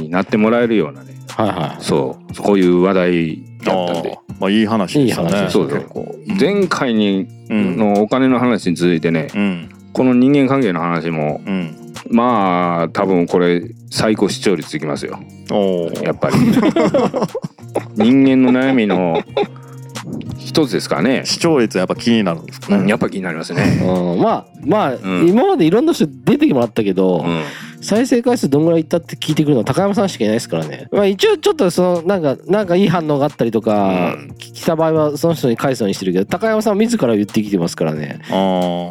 Speaker 3: になってもらえるようなね
Speaker 1: はいは
Speaker 3: そうこういう話題だったんで
Speaker 2: あーまあいい話でしたね
Speaker 1: いい話で
Speaker 3: そうだよ
Speaker 2: 結構
Speaker 3: 前回に
Speaker 2: うん
Speaker 3: のお金の話に続いてね
Speaker 2: うん
Speaker 3: この人間関係の話も
Speaker 2: うん
Speaker 3: まあ多分これ最高視聴率いきますよ
Speaker 2: おお
Speaker 3: やっぱり人間の悩みの一つですからね、
Speaker 2: 視聴率やっぱ気になるんですか
Speaker 3: うん、
Speaker 2: ね
Speaker 3: やっぱ気になりますね、
Speaker 1: いうんまあまあ
Speaker 3: うん
Speaker 1: 今までいろんな人出てもらったけど
Speaker 3: うん、
Speaker 1: 再生回数どんぐらいいったって聞いてくるのは高山さんしかいないですからね、まあ、一応ちょっとそのなんかなんかいい反応があったりとか、
Speaker 3: うん
Speaker 1: 来た場合はその人に返すようにしてるけど高山さん自ら言ってきてますからね
Speaker 2: あ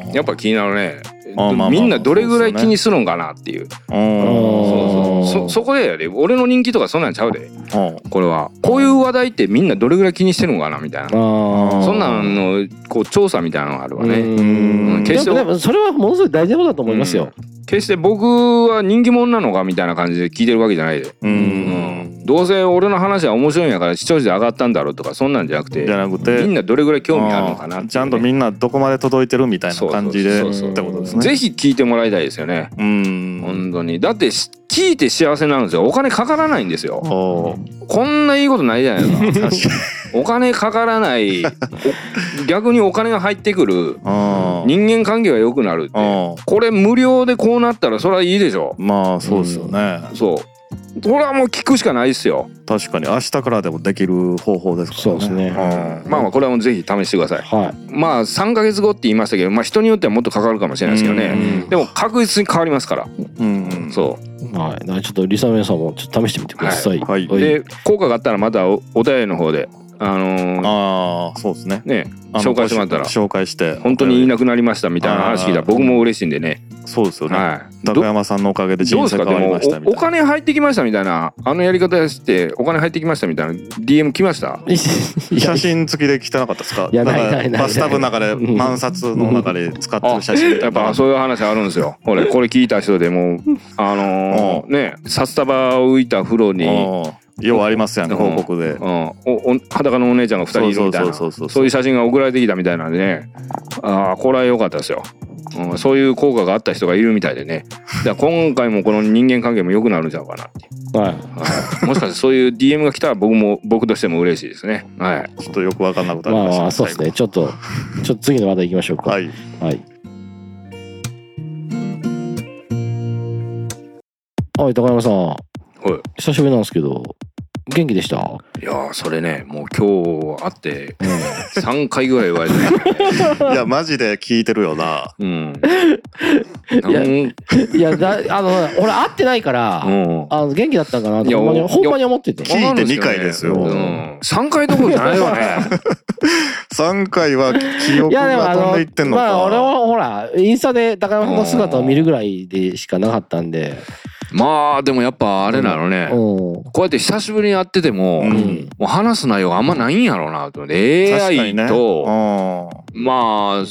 Speaker 2: ー
Speaker 3: やっぱ気になるね
Speaker 2: あまあまあ
Speaker 3: みんなどれぐらい気にするんかなっていう
Speaker 2: うん
Speaker 1: うん
Speaker 3: そそこでやで俺の人気とかそんなんちゃうで
Speaker 2: うん
Speaker 3: これはこういう話題ってみんなどれぐらい気にしてるのかなみたいな
Speaker 1: あー
Speaker 3: そんなんのこう調査みたいなのがあるわ
Speaker 1: う
Speaker 3: ね
Speaker 1: ん
Speaker 3: うん
Speaker 1: で
Speaker 3: 決して
Speaker 1: もでもそれはものすごい大事なことだと思いますよ、
Speaker 3: 決して僕は人気者なのかみたいな感じで聞いてるわけじゃないで、
Speaker 2: う
Speaker 3: うん
Speaker 2: ん
Speaker 3: どうせ俺の話は面白いんやから視聴率上がったんだろうとかそんなんじゃなくて
Speaker 2: じゃなく
Speaker 3: みん
Speaker 2: て
Speaker 3: などれぐらい興味あるのかなっていうね、
Speaker 2: ちゃんとみんなどこまで届いてるみたいな感じで
Speaker 3: そう
Speaker 1: そうそう
Speaker 2: ってことですね
Speaker 3: ぜひ聞いてもらいたいですよね
Speaker 2: うん
Speaker 3: 本当にだってし聞いて幸せなんですよお金かからないんですよ
Speaker 2: お
Speaker 3: こんないいことないじゃないですか
Speaker 2: 確かに
Speaker 3: お金かからないお逆にお金が入ってくる
Speaker 2: あー
Speaker 3: 人間関係が良くなるって
Speaker 2: あー
Speaker 3: これ無料でこうなったらそれはいいでしょ
Speaker 2: まあそうですよね
Speaker 3: そうこれはもう聞くしかないっすよ
Speaker 2: 確かに明日からでもできる方法ですから
Speaker 1: そ
Speaker 2: ね
Speaker 1: うですね
Speaker 2: うん
Speaker 3: まあまあこれはもうぜひ試してください
Speaker 1: はい
Speaker 3: まあ3ヶ月後って言いましたけどまあ人によってはもっとかかるかもしれないですけどね
Speaker 1: ね
Speaker 3: でも確実に変わりますから
Speaker 2: うんうん
Speaker 3: そ
Speaker 1: はい、だからちょっとリサの皆さんもちょっと試してみてくだ *laughs* さい。
Speaker 2: はい
Speaker 3: う
Speaker 2: は
Speaker 3: で効果があったらまたおお便りの方であのー
Speaker 2: ああそうですね
Speaker 3: ね
Speaker 2: あの
Speaker 3: 紹介してもらったら
Speaker 2: 紹介して
Speaker 3: 本当にいなくなりましたみたいな話聞いたら
Speaker 2: あー
Speaker 3: 僕も嬉しいんでね
Speaker 2: そうですよね
Speaker 3: はいど
Speaker 2: 高山さんのおかげで
Speaker 3: どう
Speaker 2: 人
Speaker 3: です
Speaker 2: 生
Speaker 3: か
Speaker 2: 変わ
Speaker 3: で
Speaker 2: り
Speaker 3: も
Speaker 2: ましたみた
Speaker 3: お
Speaker 2: い
Speaker 3: お金入ってきましたみたいなあのやり方してお金入ってきましたみたいな DM 来ました
Speaker 2: な
Speaker 1: 写
Speaker 2: *laughs* 写真付きで来てなかったですか
Speaker 1: いや
Speaker 2: んか
Speaker 1: ないないない
Speaker 2: バスタブの中で
Speaker 1: うん
Speaker 2: 万冊の中で使ってる写真
Speaker 3: やっぱそういう話あるんで
Speaker 2: *laughs*
Speaker 3: すよこれこれ聞いた人でもうあのーね札束を浮いた風呂に、うん、
Speaker 2: あーようありますやん
Speaker 3: うん
Speaker 2: 広告で
Speaker 3: おお裸のお姉ちゃんが2人いるみたいな
Speaker 2: そうそうそうそうそう
Speaker 3: そういう写真が送られてきたみたいなんでねああこれは良かったですよ、うん、そういう効果があった人がいるみたいでねだから今回もこの人間関係も良くなるんちゃうかなって
Speaker 1: 真はい。
Speaker 3: はいもしかしてそういう DM が来たら僕も僕としても嬉しいですねはい
Speaker 2: ちょっとよくわかんなくなり
Speaker 1: まあ
Speaker 2: ました
Speaker 1: まあそうですね。ちょっとちょっと次の話題行きましょうか。
Speaker 2: は
Speaker 1: はい。
Speaker 2: い
Speaker 1: はい。高山さん、
Speaker 3: はい
Speaker 1: 久しぶりなんですけど、元気でした。
Speaker 3: いやーそれねもう今日会って3回ぐらい言われて、
Speaker 1: *laughs*
Speaker 2: いやマジで聞いてるよな
Speaker 3: うん、
Speaker 1: いや
Speaker 3: なん
Speaker 1: いや、だあの俺会ってないから、
Speaker 3: うん
Speaker 1: あの元気だったんかなと
Speaker 3: いや
Speaker 1: ほんまに
Speaker 3: お
Speaker 1: ほんまに思ってて。
Speaker 2: 聞いて二回ですよ
Speaker 3: うん、3回どころじゃないよね。
Speaker 2: 3回は記憶
Speaker 1: いやでも
Speaker 2: が
Speaker 1: あ
Speaker 2: 飛ん
Speaker 1: の
Speaker 2: でいってんの
Speaker 1: まあ俺
Speaker 2: か
Speaker 1: はほらインスタで高山さんの姿を見るぐらいでしかなかったんで、
Speaker 3: まあでもやっぱあれなのね、
Speaker 1: うん、
Speaker 3: こうやって久しぶりに会ってても、
Speaker 2: うん
Speaker 3: もう話す内容があんまないんやろうなと思って
Speaker 2: 確かに
Speaker 3: AI
Speaker 2: ね
Speaker 3: と、
Speaker 2: あ
Speaker 3: まあ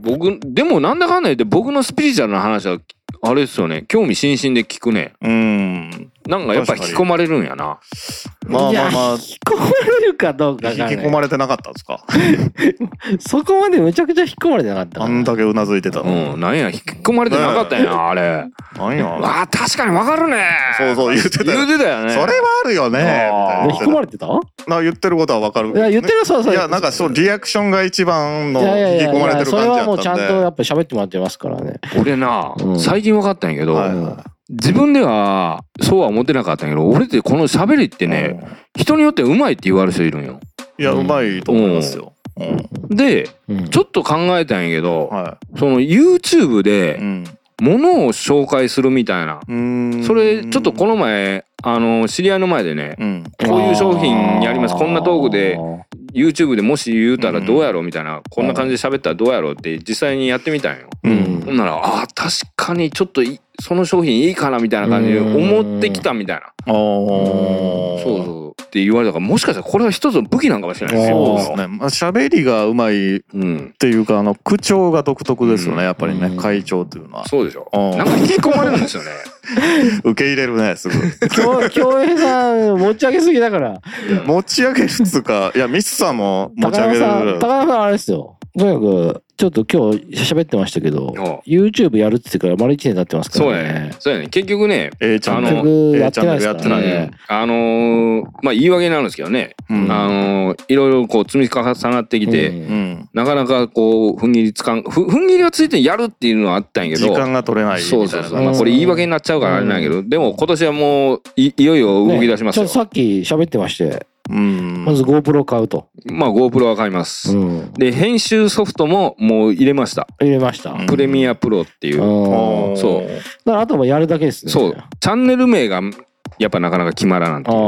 Speaker 3: 僕でもなんだかんだ言って僕のスピリチュアルな話はあれですよね興味津々で聞くね
Speaker 2: ーうん
Speaker 3: なんかやっぱ引き込まれるんやな
Speaker 2: まあまあまあ
Speaker 1: 引き込まれるかどうか
Speaker 2: 引き
Speaker 1: が、
Speaker 2: 込
Speaker 1: ね、
Speaker 2: まれてなかったんですか
Speaker 1: そこまでむちゃくちゃ引き込まれてなかったか
Speaker 2: あ
Speaker 1: ら
Speaker 2: んだけうなずいてたの
Speaker 3: うんなんや引き込まれてなかったんやなあれ
Speaker 2: なんや
Speaker 3: わあ確かにわかるね
Speaker 2: そうそう言ってたよ
Speaker 3: 言うてたよね
Speaker 2: それはあるよねみた
Speaker 3: あ
Speaker 1: ね
Speaker 2: いな
Speaker 3: ー
Speaker 1: 引
Speaker 2: 言
Speaker 1: き
Speaker 2: っ
Speaker 1: 込
Speaker 2: てた
Speaker 1: まれてたい
Speaker 2: な言ってることはわかる
Speaker 1: や言ってるそうそう
Speaker 2: いやなんかそうリアクションが一番の
Speaker 1: い
Speaker 2: 引き
Speaker 1: やいやいや
Speaker 2: 込まれてる
Speaker 1: それはも
Speaker 2: 感
Speaker 1: う
Speaker 2: じ
Speaker 1: ちゃ
Speaker 2: や
Speaker 1: ん
Speaker 2: っ
Speaker 1: と
Speaker 2: たんで
Speaker 1: やっぱ喋ってもらってますからね
Speaker 3: 俺な、
Speaker 1: うん
Speaker 3: 最近分かったんやけど、
Speaker 2: はい
Speaker 3: 自分ではそうは思ってなかったんやけど俺ってこの喋りってね、人によってうまいって言われる人いるんよ
Speaker 2: いやうまいと思いますようん
Speaker 3: で
Speaker 1: うん
Speaker 3: ちょっと考えたんやけど、
Speaker 2: は
Speaker 3: その YouTube
Speaker 2: い
Speaker 3: で
Speaker 2: ん
Speaker 3: 物を紹介するみたいな、
Speaker 2: うん
Speaker 3: それちょっとこの前あの知り合いの前でね
Speaker 2: うん
Speaker 3: こういう商品やりますこんな道具で
Speaker 1: あー
Speaker 3: YouTube でもし言うたら
Speaker 2: うん
Speaker 3: どうやろうみたいな、こんな感じで喋ったらどうやろうって実際にやってみたんよ。
Speaker 2: う
Speaker 3: ほんなら、ああ、確かにちょっといその商品いいかなみたいな感じで思ってきたみたいな。
Speaker 2: ああ
Speaker 3: そうそう。って言われたから、もしかしたらこれは一つの武器なんかもしれないです
Speaker 2: そう
Speaker 3: よ。
Speaker 2: ですね。まあ、喋りがうまいっ
Speaker 3: うん。
Speaker 2: ていうか、あの、口調が独特ですよ
Speaker 3: うん
Speaker 2: ね、やっぱり
Speaker 1: うん
Speaker 2: ね。会長というのは。
Speaker 3: そうでしょ。
Speaker 2: うん
Speaker 3: なんか引き込まれるん
Speaker 2: *laughs*
Speaker 3: ですよね。
Speaker 2: 受け入れるね、
Speaker 3: *laughs*
Speaker 2: すぐ。
Speaker 1: 京京平さん持ち上げすぎだから
Speaker 2: 持ち上げるっつうか、いや、ミスさんも持
Speaker 1: 高
Speaker 2: ち上
Speaker 1: 田
Speaker 2: げ
Speaker 1: さん
Speaker 2: る
Speaker 1: 高。田さんあれですよとにかくちょっと今日喋ってましたけど
Speaker 3: ああ
Speaker 1: YouTube やるって言ってから丸1年経ってますか
Speaker 3: そう
Speaker 1: ら
Speaker 3: や
Speaker 1: ね
Speaker 3: ね。そうやね。結局ね、
Speaker 2: A ちゃん
Speaker 3: あ
Speaker 1: 結
Speaker 2: の
Speaker 3: の。
Speaker 1: 局やってないですか
Speaker 2: えーチャン
Speaker 1: ら
Speaker 2: ネルや
Speaker 1: ね
Speaker 3: あのーまあ言い訳になるんですけどね、
Speaker 2: うん
Speaker 3: あのーいろいろこう積み重なってきて、
Speaker 1: うん
Speaker 2: うん。
Speaker 3: なかなかこう踏ん切りつかんふ踏ん切りはついてやるっていうのはあったんやけ
Speaker 2: 時
Speaker 3: ど
Speaker 2: 間が取れないみたい
Speaker 3: そう
Speaker 2: な。
Speaker 3: そうそう、
Speaker 1: うん
Speaker 3: まあ、これ言い訳になっちゃうからあれなんやけど、でも今年はもういいよいよ動き出しますよ、
Speaker 1: ねちょっとさっき喋ってまして
Speaker 2: うん。
Speaker 1: まず GoPro 買うと、
Speaker 3: まあ GoPro は買います、
Speaker 1: うん
Speaker 3: で編集ソフトももう入れました、
Speaker 1: 入れました、
Speaker 2: うん
Speaker 3: プレミアプロっていう、
Speaker 1: うん
Speaker 2: おー
Speaker 3: そ
Speaker 1: だ
Speaker 3: う
Speaker 1: からあとはやるだけですね
Speaker 3: そうチャンネル名がやっぱなかなか決まらなんていうね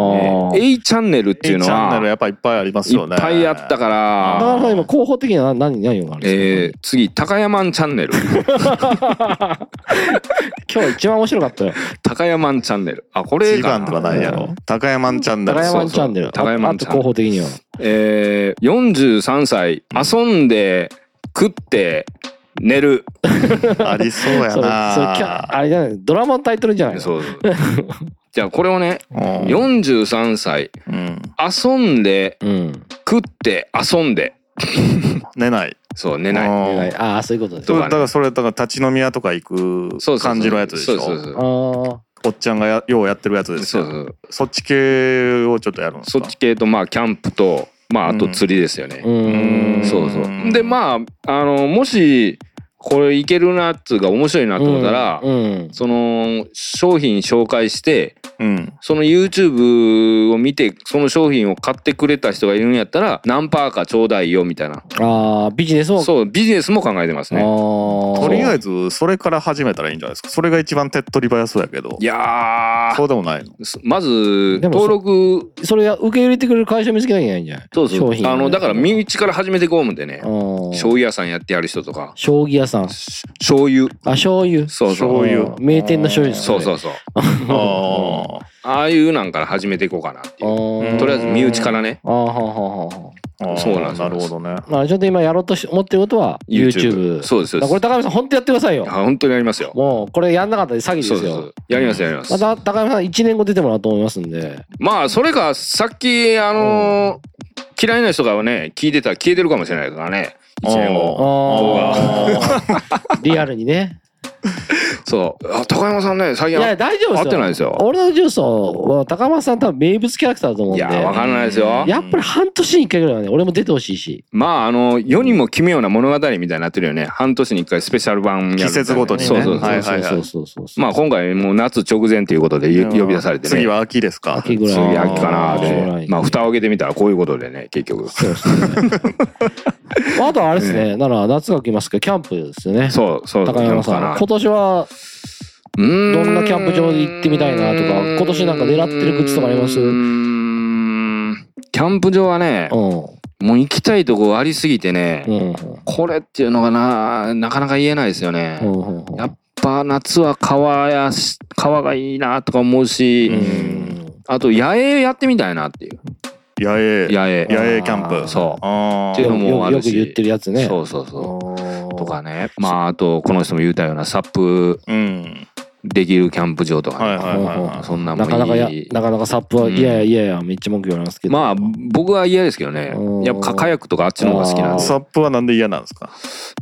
Speaker 1: あー
Speaker 3: A チャンネルっていう
Speaker 2: A
Speaker 3: の
Speaker 2: チャンネル
Speaker 3: は
Speaker 2: やっぱいっぱいあります
Speaker 3: い
Speaker 2: よね。
Speaker 3: っぱいあっ
Speaker 1: 高
Speaker 3: たか
Speaker 1: 田
Speaker 3: ら
Speaker 1: さん今候補的には何何があるんで
Speaker 3: えー、次高山んチャンネル *laughs*
Speaker 1: すか、今日一番面白かったよ
Speaker 3: 高山んチャンネルあこれ
Speaker 2: 一
Speaker 3: か
Speaker 2: 番
Speaker 3: な
Speaker 2: ではないやろ。高山んチャンネル。
Speaker 1: 高
Speaker 3: そう
Speaker 1: 山チャンネル
Speaker 3: 高山
Speaker 1: ああ
Speaker 3: チ
Speaker 1: と
Speaker 3: ャンネル
Speaker 1: 候補的には
Speaker 3: えー、43歳遊んで食って寝る
Speaker 2: ありそうや
Speaker 1: それそれキャ
Speaker 2: な。
Speaker 1: あれじゃないドラマのタイトルじゃないの
Speaker 3: そうじゃあこれをね
Speaker 2: うん
Speaker 3: 43歳
Speaker 2: うん
Speaker 3: 遊んで
Speaker 1: うん
Speaker 3: 食って遊んで
Speaker 2: 寝ない。
Speaker 3: そう寝
Speaker 2: 寝
Speaker 3: ない
Speaker 1: はいああそういうことです
Speaker 2: そう
Speaker 3: とかね
Speaker 2: だからそれだから立ち飲み屋とか行
Speaker 3: そうそう
Speaker 2: く感じのやつでしょ
Speaker 3: そうそうそう
Speaker 1: あ
Speaker 2: おっちゃんがやようやってるやつです
Speaker 3: そう
Speaker 2: よ
Speaker 3: そう
Speaker 2: そっち系をちょっとやるんです
Speaker 3: そ
Speaker 2: か
Speaker 3: っち系とまあキャンプとまああと釣りですよね、
Speaker 1: あうん
Speaker 3: そうそううんでまああのもしこれいけるなっつうか面白いなと思ったら、
Speaker 1: うんうん
Speaker 3: その商品紹介して
Speaker 2: うん
Speaker 3: その YouTube を見てその商品を買ってくれた人がいるんやったら何パーかちょうだいよみたいな
Speaker 1: ああビジネスを
Speaker 3: そうビジネスも考えてますね
Speaker 1: あ
Speaker 2: とりあえ
Speaker 1: ず
Speaker 2: ずそれから始めたらいいんじゃないですかそれが一番手っ取り早そうやけど
Speaker 3: いや
Speaker 2: そ
Speaker 3: ー
Speaker 2: うでもないの
Speaker 3: まず
Speaker 1: でもそ
Speaker 3: 登録
Speaker 1: それが受け入れてくれる会社を見つけなきゃいけないんじゃない
Speaker 3: そうそう
Speaker 1: 商品
Speaker 3: あのだから身内から始めていこうもんでね
Speaker 1: うん
Speaker 3: 醤油屋さんやってやる人とか
Speaker 1: 将棋屋さん
Speaker 3: し醤油
Speaker 1: あ醤油
Speaker 3: そうそう
Speaker 2: 醤油
Speaker 1: うん名店の醤油です
Speaker 3: そう
Speaker 1: ね
Speaker 3: そうそう
Speaker 2: あ
Speaker 3: ああいうなんから始めていこうかなっていう
Speaker 1: う
Speaker 2: うん
Speaker 1: ん
Speaker 3: とりあえず身内からね
Speaker 1: あーはあはあはあは
Speaker 2: ーあー
Speaker 3: *laughs* そうなんです
Speaker 2: なるほどね
Speaker 1: あまあちょっと今やろうとし思ってることは YouTube
Speaker 3: そうですそう
Speaker 1: ま
Speaker 3: で
Speaker 1: あ
Speaker 3: す
Speaker 1: これ高見さん本当やってくださいよ
Speaker 3: あ本当にやりますよ
Speaker 1: もうこれやんなかったら詐欺です
Speaker 3: そ
Speaker 1: よ
Speaker 3: うそうそうやりますやります、
Speaker 1: また高山さん1年後出てもらおうと思いますんで
Speaker 3: まあそれがさっきあのー嫌いな人がね聞いてたら消えてるかもしれないからね1年後
Speaker 1: あーリアルにね
Speaker 3: そうあ高山さんね最
Speaker 1: い
Speaker 3: 近
Speaker 1: や
Speaker 3: あ
Speaker 1: 大丈夫ですよ
Speaker 3: 合ってないですよ
Speaker 1: 俺のジュースは高山さん多分名物キャラクターだと思うん
Speaker 3: い
Speaker 1: で
Speaker 3: やわかんないですよ
Speaker 1: やっぱり半年に1回ぐらいはね俺も出てほしいし
Speaker 3: まああの世にも奇妙な物語みたいになってるよね半年に1回スペシャル版やるみたいな
Speaker 2: 季節ごとにね
Speaker 3: そうそうそう、
Speaker 2: はい
Speaker 1: そうそうそうそうそう
Speaker 3: まあ今回もう夏直前ということでよ
Speaker 2: うん
Speaker 3: 呼び出されてね
Speaker 2: 次は秋ですか
Speaker 1: 秋ぐらい
Speaker 3: 次
Speaker 1: は
Speaker 3: 秋かな
Speaker 1: あ
Speaker 3: ーっ
Speaker 1: ー
Speaker 3: てまあ蓋を開けてみたらこういうことでね結局
Speaker 1: そうですねあとはあれですねなら夏が来ますけどキャンプですよね
Speaker 3: そうそう
Speaker 1: 高山さん今年は
Speaker 3: ど
Speaker 1: どんなキャンプ場に行ってみたいなとか今年なんか狙ってるグッズとかあります
Speaker 3: キャンプ場はね
Speaker 1: う、ん
Speaker 3: もう行きたいとこありすぎてね、
Speaker 1: うん
Speaker 3: これっていうのがななかなか言えないですよね、
Speaker 1: うん
Speaker 3: やっ
Speaker 1: うんうん
Speaker 3: やぱ夏は川やし川がいいなとか思うし、
Speaker 2: うん
Speaker 3: あと野営やってみたいなっていう
Speaker 2: 野営
Speaker 3: 野営
Speaker 2: 野営キャンプ
Speaker 3: そう
Speaker 2: あ
Speaker 3: っていう
Speaker 2: ー
Speaker 3: のもあるし
Speaker 1: よくよく言ってるやつね
Speaker 3: そうそうそ
Speaker 1: おー
Speaker 3: うとかねまああとこの人も言うたようなサップ
Speaker 2: うん
Speaker 3: できるキャンプ場とかね、
Speaker 2: はいはいはい
Speaker 1: うん
Speaker 2: は
Speaker 3: そんなん
Speaker 1: ない
Speaker 3: もい
Speaker 1: かなかやなかなかサップは
Speaker 3: うん
Speaker 1: いやいやいやいやめっちゃ文句言われますけど
Speaker 3: まあ僕は嫌ですけどね
Speaker 1: うん
Speaker 3: やっぱカヤックとかあっちの方が好きなん
Speaker 1: あ
Speaker 2: い
Speaker 3: で
Speaker 1: ー
Speaker 2: サップはなんで嫌なんですか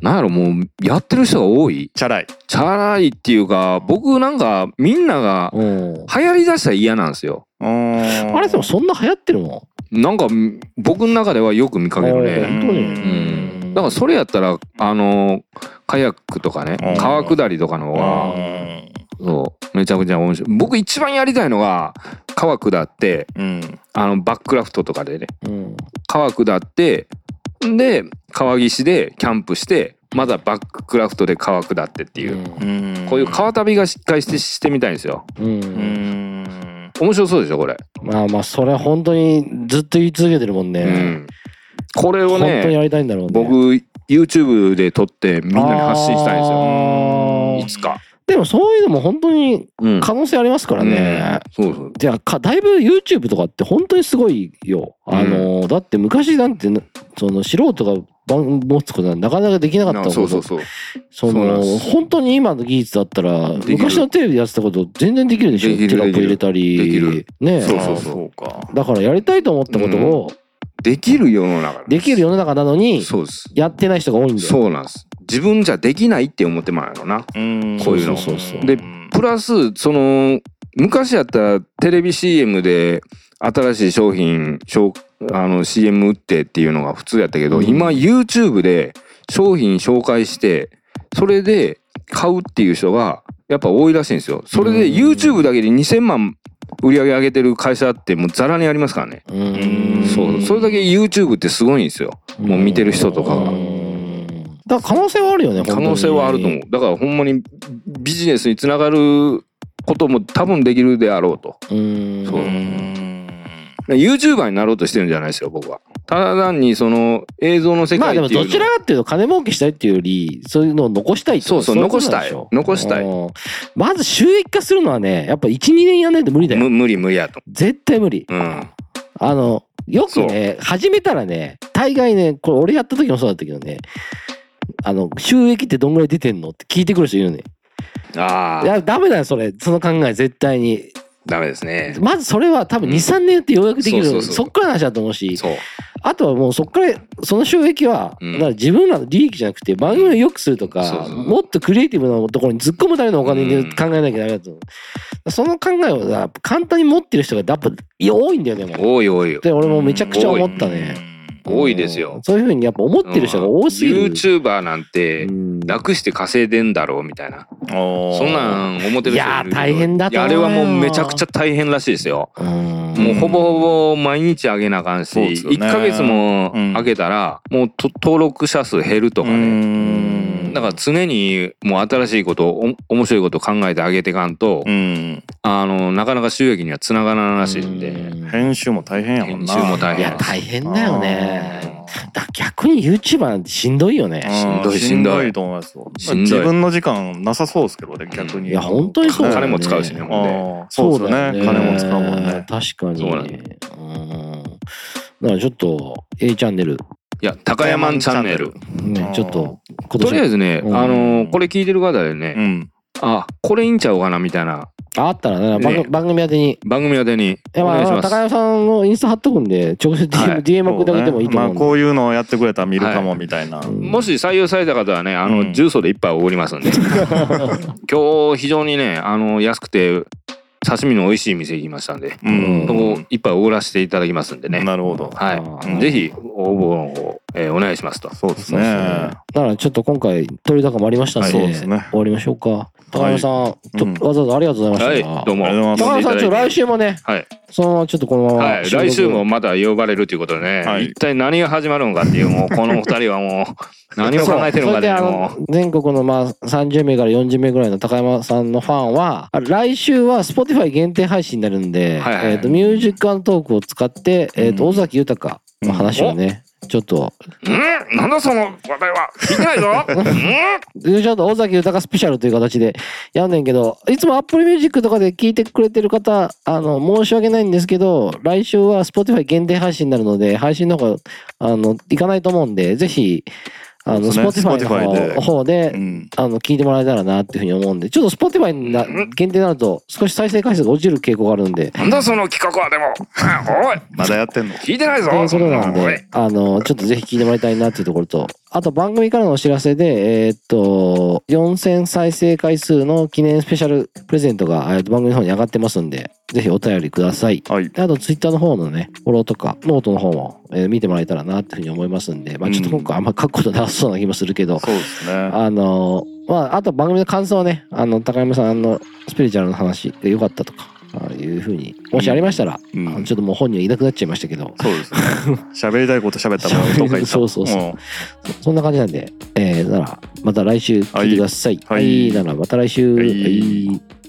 Speaker 3: なんやろもうやってる人が多い
Speaker 2: チャラい
Speaker 3: チャラいっていうか僕なんかみんなが
Speaker 1: うん
Speaker 3: 流行りだしたら嫌なんですよ
Speaker 2: あ
Speaker 1: あれでもそんな流行ってるも
Speaker 3: なんか僕の中ではよく見かける
Speaker 1: う
Speaker 3: ね
Speaker 1: ん
Speaker 3: うんだからそれやったらあのカヤックとかね
Speaker 2: うん
Speaker 3: 川下りとかの方が
Speaker 2: うん
Speaker 3: そうめちゃくちゃ面白い僕一番やりたいのが川下って
Speaker 2: うん
Speaker 3: あのバックラフトとかでね
Speaker 1: んうん
Speaker 3: 川下ってで川岸でキャンプしてまたバックラフトで川下ってっていう、
Speaker 2: うん
Speaker 3: こういう川旅がしっかりしてしてみたいんですよ
Speaker 1: う
Speaker 2: うんん
Speaker 3: 面白そうでしょこれ、
Speaker 1: まあまあそれは本当にずっと言い続けてるもん
Speaker 3: う
Speaker 1: ね
Speaker 3: ん、これを
Speaker 1: 本当に
Speaker 3: ね
Speaker 1: やりたいんだろうね
Speaker 3: 僕 YouTube で撮ってみんなに発信したいんですよ。
Speaker 1: あー
Speaker 3: いつか。
Speaker 1: でもそういうのも本当に
Speaker 3: うん
Speaker 1: 可能性ありますからね。
Speaker 3: うんそうそう。
Speaker 1: じゃあかだいぶ YouTube とかって本当にすごいよ。あの、だって昔なんてその素人が番持つことはなかなかできなかったもん
Speaker 3: そうそうそう。
Speaker 1: そ
Speaker 3: そうなん
Speaker 1: の
Speaker 3: です
Speaker 1: 本当に今の技術だったら
Speaker 3: できる
Speaker 1: 昔のテレビでやってたこと全然できるでしょ
Speaker 3: できる
Speaker 1: テロップ入れたり
Speaker 3: できる
Speaker 1: ね
Speaker 3: そうそう
Speaker 2: あー
Speaker 3: そう
Speaker 2: そうか。
Speaker 1: だからやりたいと思ったことを
Speaker 3: できる世の中なんす
Speaker 1: できる世の中なのに
Speaker 3: そうです。
Speaker 1: やってない人が多いんだよ
Speaker 3: そうなんです。自分じゃできないって思ってまうやろな。
Speaker 2: うん
Speaker 3: こういうの
Speaker 1: そうそうそう
Speaker 3: で
Speaker 2: ん
Speaker 3: プラス、その、昔やったらテレビ CM で新しい商品、紹あの CM 打ってっていうのが普通やったけど、
Speaker 1: うん
Speaker 3: 今 YouTube で商品紹介して、それで買うっていう人がやっぱ多いらしいんですよ。それで
Speaker 1: うん
Speaker 3: YouTube だけで2000万売り上げ上げてる会社ってもうザラにありますからね。
Speaker 1: うーん
Speaker 3: そう。それだけ YouTube ってすごいんですよ。もう見てる人とかが
Speaker 1: うんだから可能性はあるよね
Speaker 3: 可能性はあると思う。だからほんまにビジネスにつながることも多分できるであろうと。
Speaker 1: ううん
Speaker 3: そう
Speaker 2: うん
Speaker 3: ユーチューバーになろうとしてるんじゃないですよ、僕は。ただ単にその映像の世
Speaker 1: まあ
Speaker 3: 界
Speaker 1: でも
Speaker 3: っていうの
Speaker 1: どちらかっていうと金儲けしたいっていうよりそういうのを残したいってい
Speaker 3: そうそう
Speaker 1: いことなんでょ
Speaker 3: 残したい
Speaker 1: うんまず収益化するのはねやっぱ12年やんないと無理だ
Speaker 3: む
Speaker 1: よ
Speaker 3: 無理無理やと。
Speaker 1: 絶対無理
Speaker 3: うん。
Speaker 1: あの、よくね、始めたらね、大概ね、これ俺やった時もそうだったけどね、あの、収益ってどんぐらい出てんのって聞いてくる人いるね。
Speaker 3: あ
Speaker 1: い
Speaker 3: あ、
Speaker 1: や、ダメだよ、それ。その考え、絶対に。
Speaker 3: ダメですね。
Speaker 1: まずそれは多分2、
Speaker 3: うん
Speaker 1: 3年ってようやくできる。
Speaker 3: そうそ
Speaker 1: そう
Speaker 3: そう
Speaker 1: っからの話だと思うし、
Speaker 3: そう。
Speaker 1: あとはもうそっから、その収益は、
Speaker 3: うん
Speaker 1: だから自分らの利益じゃなくて、番組を良くすると
Speaker 3: そう
Speaker 1: か、
Speaker 3: そう
Speaker 1: もっとクリエイティブなところに突っ込むためのお金で
Speaker 3: うん
Speaker 1: 考えなきゃダメだと思う。その考えをさ簡単に持ってる人がやっぱ多いんだよね、もう。
Speaker 3: 多い多いよ。
Speaker 1: で俺もめちゃくちゃ思ったね。
Speaker 3: 多いですよ
Speaker 1: うんそういうふうにやっぱ思ってる人が多すぎる。
Speaker 3: ユーチューバーなんて
Speaker 1: うん
Speaker 3: 楽して稼いでんだろうみたいな。そ
Speaker 2: そ
Speaker 3: んなん思ってる人いるけど
Speaker 1: いやー大変だと
Speaker 3: いや
Speaker 1: 思
Speaker 3: あ
Speaker 1: う
Speaker 3: れ
Speaker 1: よ
Speaker 3: はもうめちゃくちゃ大変らしいですよ。
Speaker 1: うん
Speaker 3: もうほぼほぼ毎日上げなあかんし、
Speaker 2: そうですよね
Speaker 3: 1ヶ月も上げたら、もうと登録者数減るとかね。だから常にもう新しいことをお面白いことを考えてあげてかんと、
Speaker 2: うん
Speaker 3: あのなかなか収益にはつながらないらしいんで、
Speaker 1: うん
Speaker 2: 編集も大変やもんな
Speaker 3: 編集も大
Speaker 1: い
Speaker 3: 変
Speaker 1: や大変だよね。だ逆に YouTuber なんてしんどいよ
Speaker 2: う
Speaker 1: ね。
Speaker 3: しんどい
Speaker 2: しんどいと思いますよ
Speaker 3: しんどい
Speaker 2: 自分の時間なさそうですけどね逆に
Speaker 1: いや本当にそうだよね。
Speaker 3: 金も使うしね
Speaker 2: あーそうですよね
Speaker 1: だよ
Speaker 2: 金も使うもんね
Speaker 1: 確かに。
Speaker 3: そううんなんだ
Speaker 1: だからちょっと A チャンネル、
Speaker 3: いや高山チャンネル
Speaker 1: ね
Speaker 2: あー
Speaker 1: ちょっと今
Speaker 3: とりあえずね、
Speaker 1: うん
Speaker 3: あのこれ聞いてる方で
Speaker 2: う
Speaker 3: ね、
Speaker 2: ん
Speaker 3: あこれいいんちゃうかなみたいな
Speaker 1: あったらね番組
Speaker 3: ね
Speaker 1: 番組宛てに。
Speaker 3: 番組宛てに
Speaker 1: いや
Speaker 3: お
Speaker 1: ま
Speaker 3: 願いし
Speaker 1: あ
Speaker 3: ます、
Speaker 1: 高山さんのインスタ貼っとくんで直接 DM,、
Speaker 3: はい
Speaker 1: DM 送ってあげてもいいと思
Speaker 2: ま
Speaker 1: う
Speaker 2: あ
Speaker 1: んで。
Speaker 2: こういうのをやってくれたら見るかもみたいな
Speaker 1: うん
Speaker 3: もし採用された方はねあの、
Speaker 2: うん
Speaker 3: 重曹で一杯おごりますんで今日非常にねあの安くて刺身の美味しい店行きましたんで、
Speaker 2: うん
Speaker 3: そこ一杯おごらせていただきますんでね
Speaker 2: なるほど
Speaker 3: はい、
Speaker 1: うん
Speaker 3: ぜひ応募の方、えーお願いしますと。
Speaker 2: そうです
Speaker 1: そうですね
Speaker 2: ね。
Speaker 1: だからちょっと今回取り高もありましたんで、
Speaker 2: はいそうですね
Speaker 1: 終わりましょうか。高山さん、ちょ
Speaker 2: うん
Speaker 1: わざわざありがとうござ
Speaker 3: はいい
Speaker 1: ました。、
Speaker 3: どうも。
Speaker 2: ありがとうご
Speaker 1: 高
Speaker 2: ざ
Speaker 1: 山
Speaker 2: い
Speaker 1: さん、ちょっと来週もね、
Speaker 3: はい、
Speaker 1: そのままちょっとこのまま、
Speaker 3: はい、来週も。まだ呼ばれるということでね、
Speaker 2: はい
Speaker 3: 一体何が始まるのかっていう、もうこのお二人はもう、何を考えてるの
Speaker 1: それで
Speaker 3: かでね、
Speaker 1: あ
Speaker 3: も
Speaker 1: の全国のまあ30名から40名ぐらいの高山さんのファンはあ来週は Spotify 限定配信になるんで、
Speaker 3: はいはい
Speaker 1: えー、とミュージックトークを使って、えー、と
Speaker 2: うん
Speaker 1: 尾崎豊の話をね、ちょっと
Speaker 3: う、うんなんだその話題は聞いてないぞう
Speaker 1: ちょっと尾崎豊スペシャルという形でやんねんけど、いつも Apple Music とかで聞いてくれてる方、あの、申し訳ないんですけど、来週は Spotify 限定配信になるので、配信の方、あの、いかないと思うんで、ぜひ、あの、
Speaker 2: そうですね
Speaker 1: Spotify の方
Speaker 2: Spotify で
Speaker 1: 方
Speaker 2: う
Speaker 1: で、
Speaker 2: ん
Speaker 1: あの、聞いてもらえたらなっていうふうに思うんで、ちょっと Spotify な限定になると、少し再生回数が落ちる傾向があるんで、
Speaker 3: んなんだその企画はでも、うんおい、
Speaker 2: まだやってんの
Speaker 3: 聞いてないぞ
Speaker 1: そういうことなん
Speaker 3: おい
Speaker 1: で、あの、ちょっとぜひ聞いてもらいたいなっていうところと、あと番組からのお知らせで、えーっと、4000再生回数の記念スペシャルプレゼントがえーっと番組の方に上がってますんで、ぜひお便りください。
Speaker 2: はい
Speaker 1: であと、ツイッターの方のね、フォローとか、ノートの方も、えー見てもらえたらなっていうふうに思いますんで、まあちょっと今回あんま書くことなさそうな気もするけど、
Speaker 2: そうですね
Speaker 1: あの、まああと番組の感想はね、あの、高山さんのスピリチュアルの話が良かったとか、ああいうふうに、もしありましたら、
Speaker 2: うん
Speaker 1: あのちょっともう本人はいなくなっちゃいましたけど、
Speaker 2: そうで
Speaker 1: *laughs*
Speaker 2: すね喋りたいこと喋ったらどっか行った
Speaker 1: そうそうそう
Speaker 2: も
Speaker 1: そんな感じなんで、えー、なら、また来週聞いてください。は。
Speaker 2: はいいはい
Speaker 1: なら、また来週。
Speaker 2: はい
Speaker 1: はい